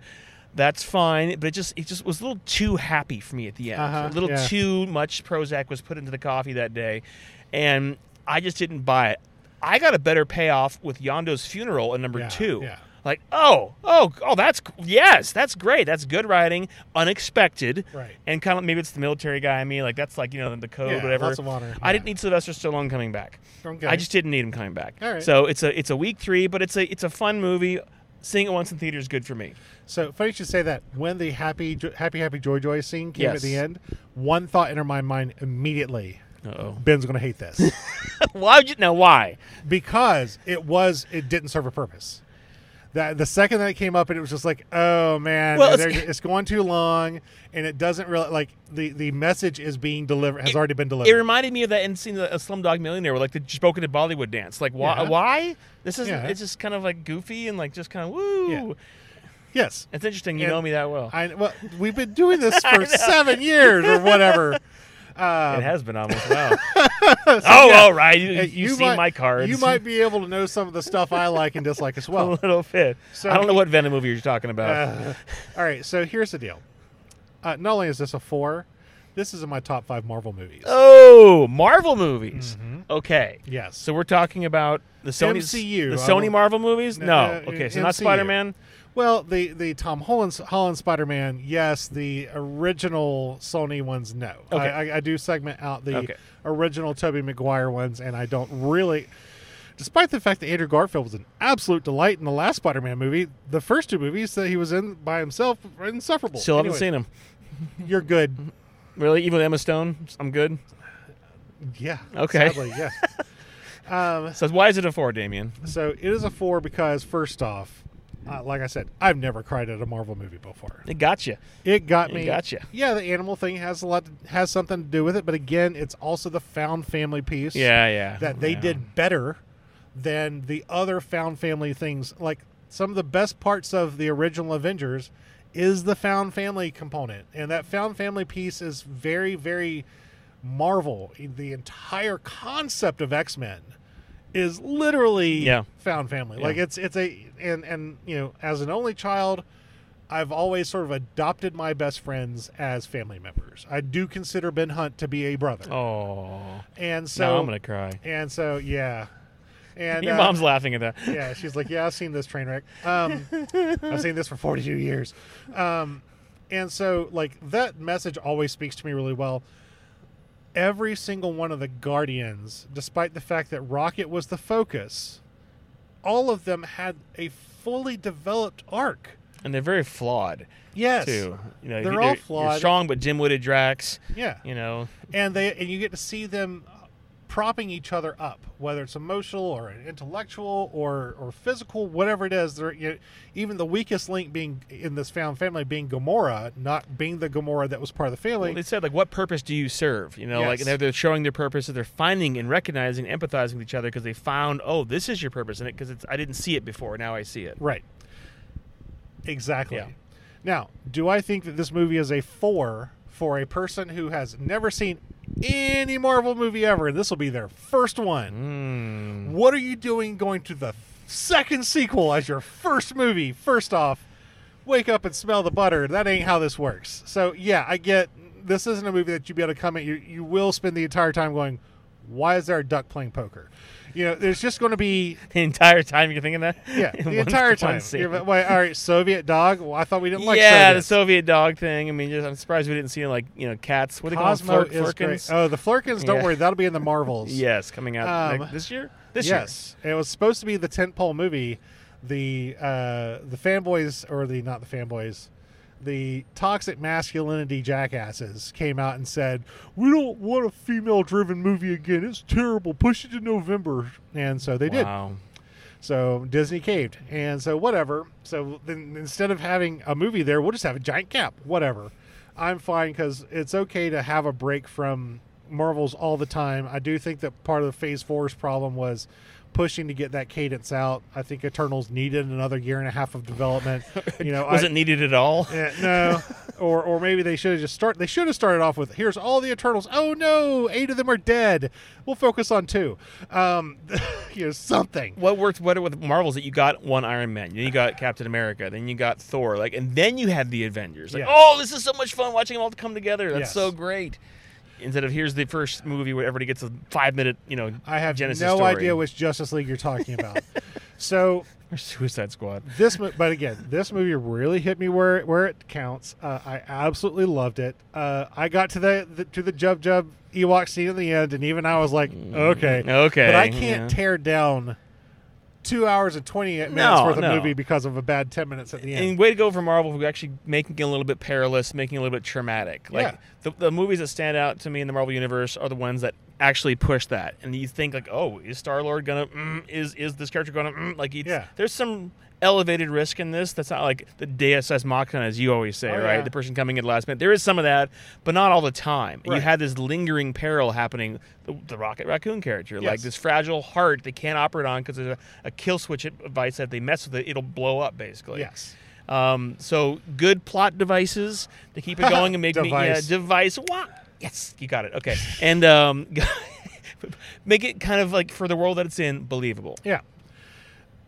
C: That's fine, but it just it just was a little too happy for me at the end.
B: Uh-huh,
C: a little
B: yeah.
C: too much Prozac was put into the coffee that day, and I just didn't buy it. I got a better payoff with Yondo's funeral in number
B: Yeah,
C: two.
B: yeah.
C: like oh oh oh that's yes that's great that's good writing unexpected
B: Right.
C: and kind of maybe it's the military guy in me like that's like you know the code
B: Yeah,
C: whatever
B: lots of honor.
C: I
B: Yeah.
C: didn't need Sylvester Stallone coming back
B: Okay.
C: I just didn't need him coming back
B: All right.
C: so it's a it's a week three but it's a it's a fun movie seeing it once in theater is good for me
B: So funny you should say that. When the happy, jo- happy, happy, joy, joy scene came at
C: Yes.
B: the end, one thought entered my mind immediately.
C: oh
B: Ben's gonna hate this
C: why would you now why
B: because it was it didn't serve a purpose. That the second that it came up, and it was just like, oh man,
C: Well,
B: they're-
C: it's-
B: it's, going too long, and it doesn't really like the the message is being delivered has already been
C: it
B: delivered.
C: reminded me of that end scene of Slumdog Millionaire where like the spoken to Bollywood dance like why
B: Yeah.
C: why this is
B: Yeah.
C: not it's just kind of like goofy and like just kind of woo
B: Yeah. yes,
C: it's interesting you
B: And
C: know me that well
B: I well we've been doing this for seven years or whatever.
C: it
B: Um,
C: has been almost wow oh
B: yeah.
C: all right you,
B: Uh,
C: you, see my cards
B: You might be able to know some of the stuff I like and dislike as
C: a
B: well.
C: little bit
B: So
C: I don't know
B: he-
C: what Venom movie you're talking about
B: Uh, all right, so here's the deal. Uh, not only is this a four, this is in my top five Marvel movies.
C: oh Marvel movies okay
B: Mm-hmm. yes.
C: so we're talking about the Sony
B: MCU,
C: the
B: I
C: Sony
B: don't-
C: Marvel movies
B: No,
C: no,
B: uh,
C: okay so not
B: MCU.
C: Spider Man
B: well, the the Tom Holland Holland Spider Man, yes. The original Sony ones, no.
C: Okay.
B: I, I, I do segment out the
C: Okay.
B: original Tobey Maguire ones, and I don't really. Despite the fact that Andrew Garfield was an absolute delight in the last Spider Man movie, the first two movies that he was in by himself were insufferable.
C: still haven't
B: Anyway,
C: seen Mm-hmm. him
B: You're good.
C: really even with Emma Stone I'm good
B: Yeah.
C: Okay.
B: Sadly, yeah. um,
C: so why is it a four Damien
B: so it is a four because first off, uh, like I said, I've never cried at a Marvel movie before.
C: It got you.
B: It got
C: It
B: me.
C: got ya.
B: Yeah, the animal thing has a lot to, has something to do with it, but again, it's also the found family piece.
C: Yeah, yeah.
B: That they did better than the other found family things. Like some of the best parts of the original Avengers is the found family component, and that found family piece is very, very Marvel. The entire concept of X Men is literally
C: Yeah.
B: found family.
C: Yeah.
B: Like it's it's a and and you know as an only child. I've always sort of adopted my best friends as family members. I do consider Ben Hunt to be a brother,
C: Oh,
B: and so
C: now I'm gonna cry.
B: and so yeah, and
C: Your
B: uh,
C: mom's laughing at that.
B: yeah, she's like, yeah, I've seen this train wreck. Um, I've seen this for 42 years. Um, and so, like, that message always speaks to me really well. Every single one of the Guardians, despite the fact that Rocket was the focus, all of them had a fully developed arc.
C: And they're very flawed
B: Yes.
C: too. You know,
B: They're
C: you-
B: all
C: you're
B: flawed.
C: strong but dim-witted Drax.
B: Yeah.
C: You know,
B: and they and you get to see them propping each other up whether it's emotional or intellectual or or physical whatever it is they're you know, even the weakest link being in this found family being Gamora not being the Gamora that was part of the family
C: well, they said like, what purpose do you serve? You know, like
B: Yes.
C: they're, they're showing their purpose. That they're finding and recognizing, and empathizing with each other because they found, oh, this is your purpose in it because it's I didn't see it before. Now I see it.
B: right exactly
C: Yeah.
B: now do I think that this movie is a 4 for a person who has never seen any Marvel movie ever and this will be their first one
C: Mm.
B: What are you doing going to the second sequel as your first movie? First off, wake up and smell the butter. That ain't how this works. So yeah, I get this isn't a movie that you'd be able to come at. You you will spend the entire time going, why is there a duck playing poker? You know, there's just going to be
C: The entire time you're thinking that.
B: yeah
C: In
B: the
C: one-
B: entire
C: one
B: time.
C: scene.
B: You're, like, wait, all right, Soviet dog. Well, I thought we didn't like
C: yeah, the
B: Soviets.
C: Soviet dog thing. I mean, just, I'm surprised we didn't see like you know cats. What do they call them?
B: Cosmo
C: Flur-
B: is great.
C: flurkins?
B: Oh, the Flurkins. Don't
C: Yeah.
B: worry, that'll be in the Marvels.
C: Yes, coming out
B: Um,
C: like, this year. This year.
B: yes, it was supposed to be the tentpole movie. The uh, the fanboys or the not the fanboys, the toxic masculinity jackasses came out and said we don't want a female driven movie again. It's terrible. Push it to November, and so they did.
C: Wow.
B: So Disney caved, and so whatever. So then instead of having a movie there, we'll just have a giant cap. Whatever. I'm fine because it's okay to have a break from Marvels all the time. I do think that part of the Phase Four's problem was pushing to get that cadence out. I think Eternals needed another year and a half of development. You know,
C: Was
B: I,
C: it needed at all?
B: yeah, no, or or maybe they should have just start. They should have started off with here's all the Eternals. Oh no, eight of them are dead. We'll focus on two. Um, you know, something.
C: What worked better with Marvels that you got one Iron Man, then you got Captain America, then you got Thor, like, and then you had the Avengers. Like,
B: Yes.
C: oh, this is so much fun watching them all come together. That's
B: Yes.
C: so great. Instead of here's the first movie where everybody gets a five minute, you know,
B: I have
C: Genesis
B: no
C: story.
B: idea which Justice League you're talking about. so
C: or Suicide Squad.
B: this mo- but again this movie really hit me where where it counts uh, i absolutely loved it uh, i got to the, the to the jub jub ewok scene at the end and even i was like okay
C: Mm, Okay,
B: but i can't
C: yeah.
B: tear down two hours and 28 minutes
C: No,
B: worth of
C: no.
B: movie because of a bad 10 minutes at the end
C: And way to go for Marvel for actually making it a little bit perilous, making it a little bit traumatic. Like
B: Yeah.
C: the, the movies that stand out to me in the Marvel universe are the ones that actually push that. And you think like, oh, is Star Lord gonna? Mm, is is this character gonna? Mm, like, it's,
B: Yeah.
C: there's some elevated risk in this. That's not like the Deus Ex Machina, as you always say,
B: Oh,
C: right?
B: yeah.
C: The person coming in last minute. There is some of that, but not all the time. And
B: Right.
C: you had this lingering peril happening. The, the Rocket Raccoon character, like
B: Yes.
C: this fragile heart they can't operate on because there's a, a kill switch device that if they mess with it, it'll blow up basically.
B: yes
C: Um, so good plot devices to keep it going and make
B: Device.
C: me yeah, device. Wah! Yes, you got it. Okay, and um, make it kind of like for the world that it's in believable.
B: yeah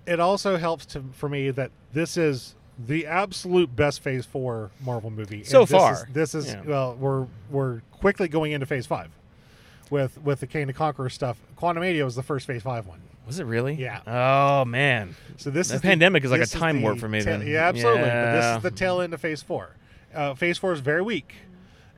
B: it also helps to for me that this is the absolute best phase four marvel movie And
C: So
B: this is-
C: far.
B: this is
C: Yeah.
B: well we're we're quickly going into phase five with with the Kane the Conqueror stuff. Quantum Media was the first Phase Five one.
C: Was it really?
B: Yeah.
C: Oh man.
B: So this
C: The
B: is
C: pandemic is like a
B: this
C: time
B: the
C: warp for me
B: tail-
C: then.
B: Yeah, absolutely. But this
C: Yeah.
B: is the tail end of Phase Four. Uh, phase Four is very weak,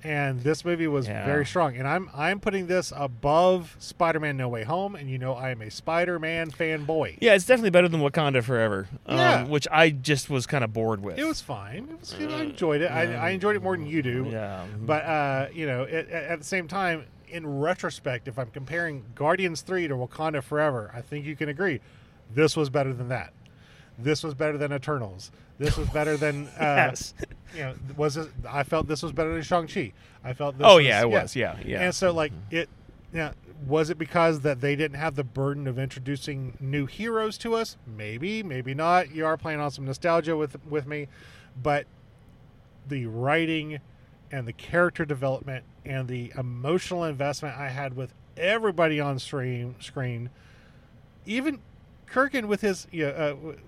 B: and this movie was
C: Yeah.
B: very strong. And I'm I'm putting this above Spider-Man: No Way Home, and you know I am a Spider-Man fanboy.
C: Yeah, it's definitely better than Wakanda Forever, um,
B: Yeah.
C: which I just was kind of bored with.
B: It was fine. It was, I enjoyed it. I, I enjoyed it more than you do.
C: Mm. Yeah. Mm-hmm.
B: But uh, you know, it, at at the same time, in retrospect, if I'm comparing Guardians Three to Wakanda Forever, I think you can agree, this was better than that. This was better than Eternals. This was better than. Uh,
C: yes.
B: You know, was this, I felt this was better than Shang Chi. I felt. This
C: Oh
B: was,
C: yeah, it was. Yeah, yeah. Mm-hmm.
B: And so like it. Yeah, was it because that they didn't have the burden of introducing new heroes to us? Maybe, maybe not. You are playing on some nostalgia with with me, but the writing and the character development and the emotional investment I had with everybody on stream screen, even Kirkin with his yeah, uh, w-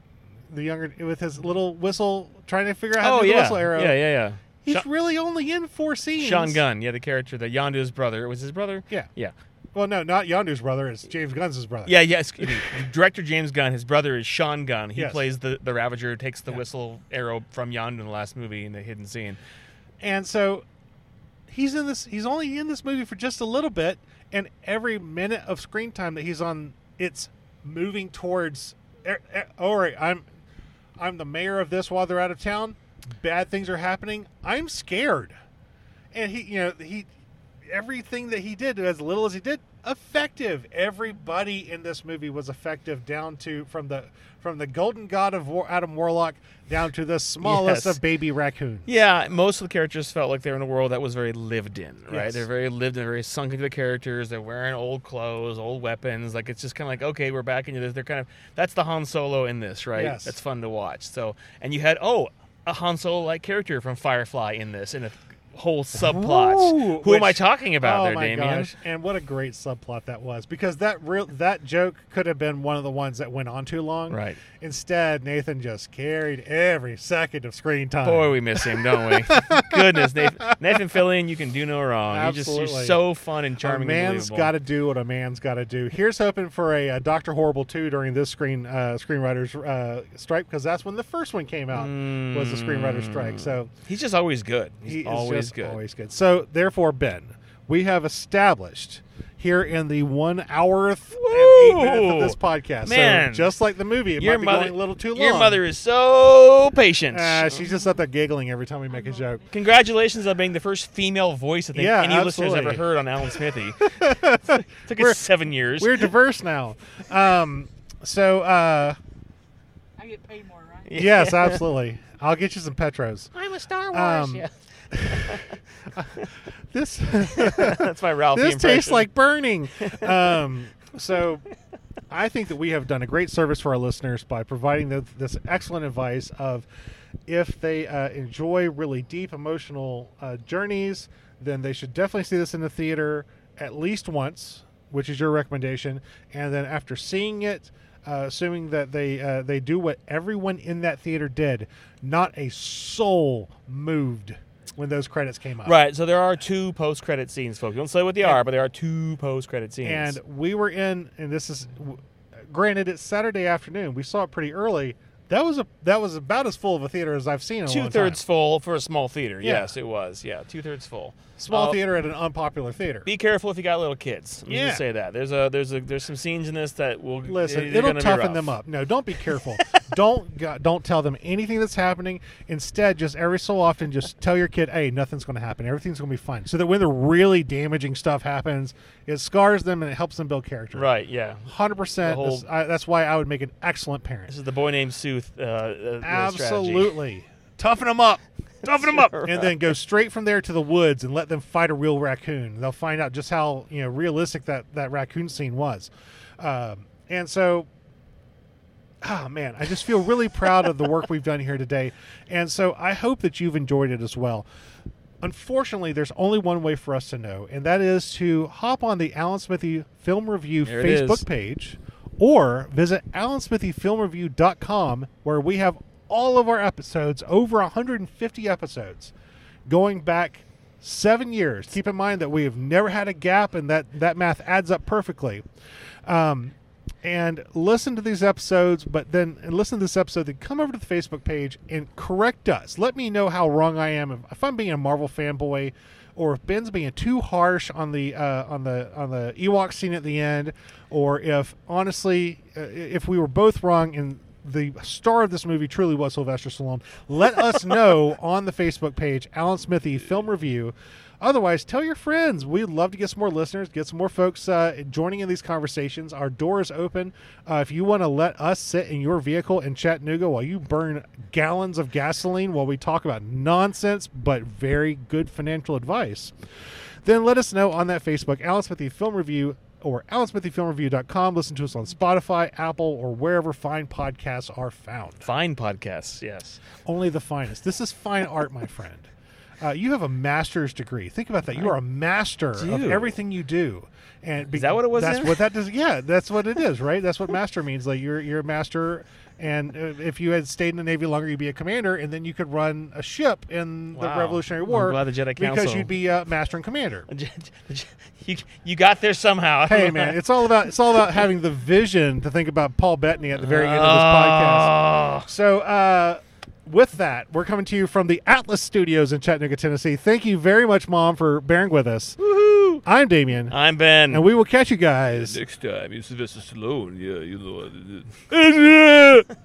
B: the younger with his little whistle trying to figure out how
C: oh
B: to do
C: yeah.
B: the whistle arrow.
C: Yeah, yeah, yeah.
B: He's really only in four scenes.
C: Sha- Sean Gunn, yeah, the character that Yondu's brother. It was his brother.
B: Yeah.
C: Yeah.
B: Well, no, not Yondu's brother. It's James Gunn's brother.
C: Yeah, yeah. Excuse me. Director James Gunn. His brother is Sean Gunn. He
B: Yes.
C: plays the the Ravager, who takes the
B: Yeah.
C: whistle arrow from Yondu in the last movie in the hidden scene.
B: And so he's in this. He's only in this movie for just a little bit, and every minute of screen time that he's on, it's moving towards. er, er, All right, I'm, I'm the mayor of this while they're out of town. Bad things are happening. I'm scared, and he, you know, he, everything that he did, as little as he did, effective. Everybody in this movie was effective, down to from the from the golden god of War, Adam Warlock down to the smallest
C: Yes.
B: of baby raccoon.
C: Yeah, most of the characters felt like they're in a world that was very lived in, right?
B: Yes.
C: They're very lived in, very sunk into the characters. They're wearing old clothes, old weapons. Like it's just kind of like, okay, we're back into this. They're kind of that's the Han Solo in this, right?
B: Yes.
C: That's fun to watch. So, and you had oh, a Han Solo like character from Firefly in this, in a whole subplots.
B: Ooh,
C: Who am I
B: which-
C: talking about
B: oh
C: there,
B: my
C: Damien?
B: gosh! And what a great subplot that was, because that real that joke could have been one of the ones that went on too long.
C: Right.
B: Instead, Nathan just carried every second of screen time.
C: Boy, we miss him, don't we? Goodness, Nathan, Nathan Fillion, you can do no wrong. You just, you're
B: Absolutely.
C: so fun and charming.
B: a man's got to do what a man's got to do. Here's hoping for a, uh Doctor Horrible two during this screen uh, screenwriters uh, strike, because that's when the first one came out was the screenwriter strike. So
C: He's just always good. He's
B: he
C: always
B: is just
C: good.
B: always good. So therefore, Ben, we have established here in the one hour th- and eight minutes of
C: Woo!
B: this podcast.
C: Man.
B: so just like the movie, it
C: Your
B: might
C: mother-
B: be going a little too long.
C: Your mother is so patient.
B: Uh, she's just up there giggling every time we make a joke.
C: Congratulations on being the first female voice I think
B: Yeah,
C: any listeners
B: absolutely.
C: ever heard on Alan Smithy. took
B: We're-
C: us seven years.
B: We're diverse now. Um, so uh,
A: I get paid more, right?
B: yes, absolutely. I'll get you some Petros.
C: I'm a Star
B: Wars, Um, yeah. This
C: That's my Ralphie
B: this
C: impression.
B: tastes like burning. Um, so I think that we have done a great service for our listeners by providing th- this excellent advice of if they uh, enjoy really deep emotional uh, journeys, then they should definitely see this in the theater at least once, which is your recommendation. And then after seeing it, uh, assuming that they uh, they do what everyone in that theater did, not a soul moved when those credits came up.
C: Right, so there are two post-credit scenes, folks. Don't say what they are, but there are two post-credit scenes.
B: and we were in and this is Granted, it's Saturday afternoon. We saw it pretty early. That was a that was about as full of a theater as I've seen in a long
C: Two
B: time.
C: thirds full for a small theater.
B: Yeah.
C: Yes, it was. Yeah, two thirds full.
B: small
C: Uh,
B: theater at an unpopular theater.
C: Be careful if you got little kids. I'm
B: Yeah.
C: just gonna say that. There's a there's a there's some scenes in this that will
B: Listen,
C: they're
B: it'll
C: gonna be
B: toughen
C: rough.
B: them up. No, don't be careful. don't go- don't tell them anything that's happening. Instead, just every so often, just tell your kid, "Hey, nothing's going to happen. Everything's going to be fine." So that when the really damaging stuff happens, it scars them and it helps them build character.
C: Right. Yeah.
B: Hundred percent.
C: The whole-
B: That's I- that's why I would make an excellent
C: This
B: parent.
C: is the boy named Sooth. Uh, uh, strategy.
B: Absolutely. Toughen them up. Toughen them up. And then go straight from there to the woods and let them fight a real raccoon. They'll find out just how you know realistic that that raccoon scene was. Um, and so, ah man, I just feel really proud of the work we've done here today. And so I hope that you've enjoyed it as well. Unfortunately, there's only one way for us to know, and that is to hop on the Alan Smithy Film Review
C: There it is.
B: Facebook page or visit allansmithyfilmreview.com where we have all of our episodes, over 150 episodes, going back seven years. Keep in mind that we have never had a gap, and that, that math adds up perfectly. Um, and listen to these episodes, but then and listen to this episode, then come over to the Facebook page and correct us. Let me know how wrong I am. If, if I'm being a Marvel fanboy, or if Ben's being too harsh on the uh, on the on the Ewok scene at the end, or if honestly, uh, if we were both wrong and the star of this movie truly was Sylvester Stallone, let us know on the Facebook page, Alan Smithy Film Review. Otherwise, tell your friends. We'd love to get some more listeners, get some more folks uh, joining in these conversations. Our door is open. Uh, if you want to let us sit in your vehicle in Chattanooga while you burn gallons of gasoline while we talk about nonsense but very good financial advice, then let us know on that Facebook, Alan Smithy Film Review or AlanSmithyFilmReview.com. Listen to us on Spotify, Apple, or wherever fine podcasts are found.
C: Fine podcasts. Yes.
B: Only the finest. This is fine art, my friend. Uh, you have a master's degree. Think about that. You are a master of
C: do.
B: everything you do. And be-
C: that what it was
B: That's
C: there?
B: what that does. Yeah, that's what it is, right? That's what master means. Like you're you're a master, and uh, if you had stayed in the navy longer, you'd be a commander, and then you could run a ship in
C: Wow.
B: the Revolutionary
C: I'm
B: War
C: glad the Jedi
B: because
C: Council-
B: you'd be uh, master and commander.
C: you you got there somehow.
B: Hey man, it's all about it's all about having the vision to think about Paul Bettany at the very end of this podcast.
C: Oh. Ah,
B: So, uh, with that, we're coming to you from the Atlas Studios in Chattanooga, Tennessee. Thank you very much, Mom, for bearing with us.
C: Woohoo!
B: I'm Damien,
C: I'm Ben.
B: and we will catch you guys
D: Next time, you Sylvester Stallone. Yeah, you know. uh,
C: we-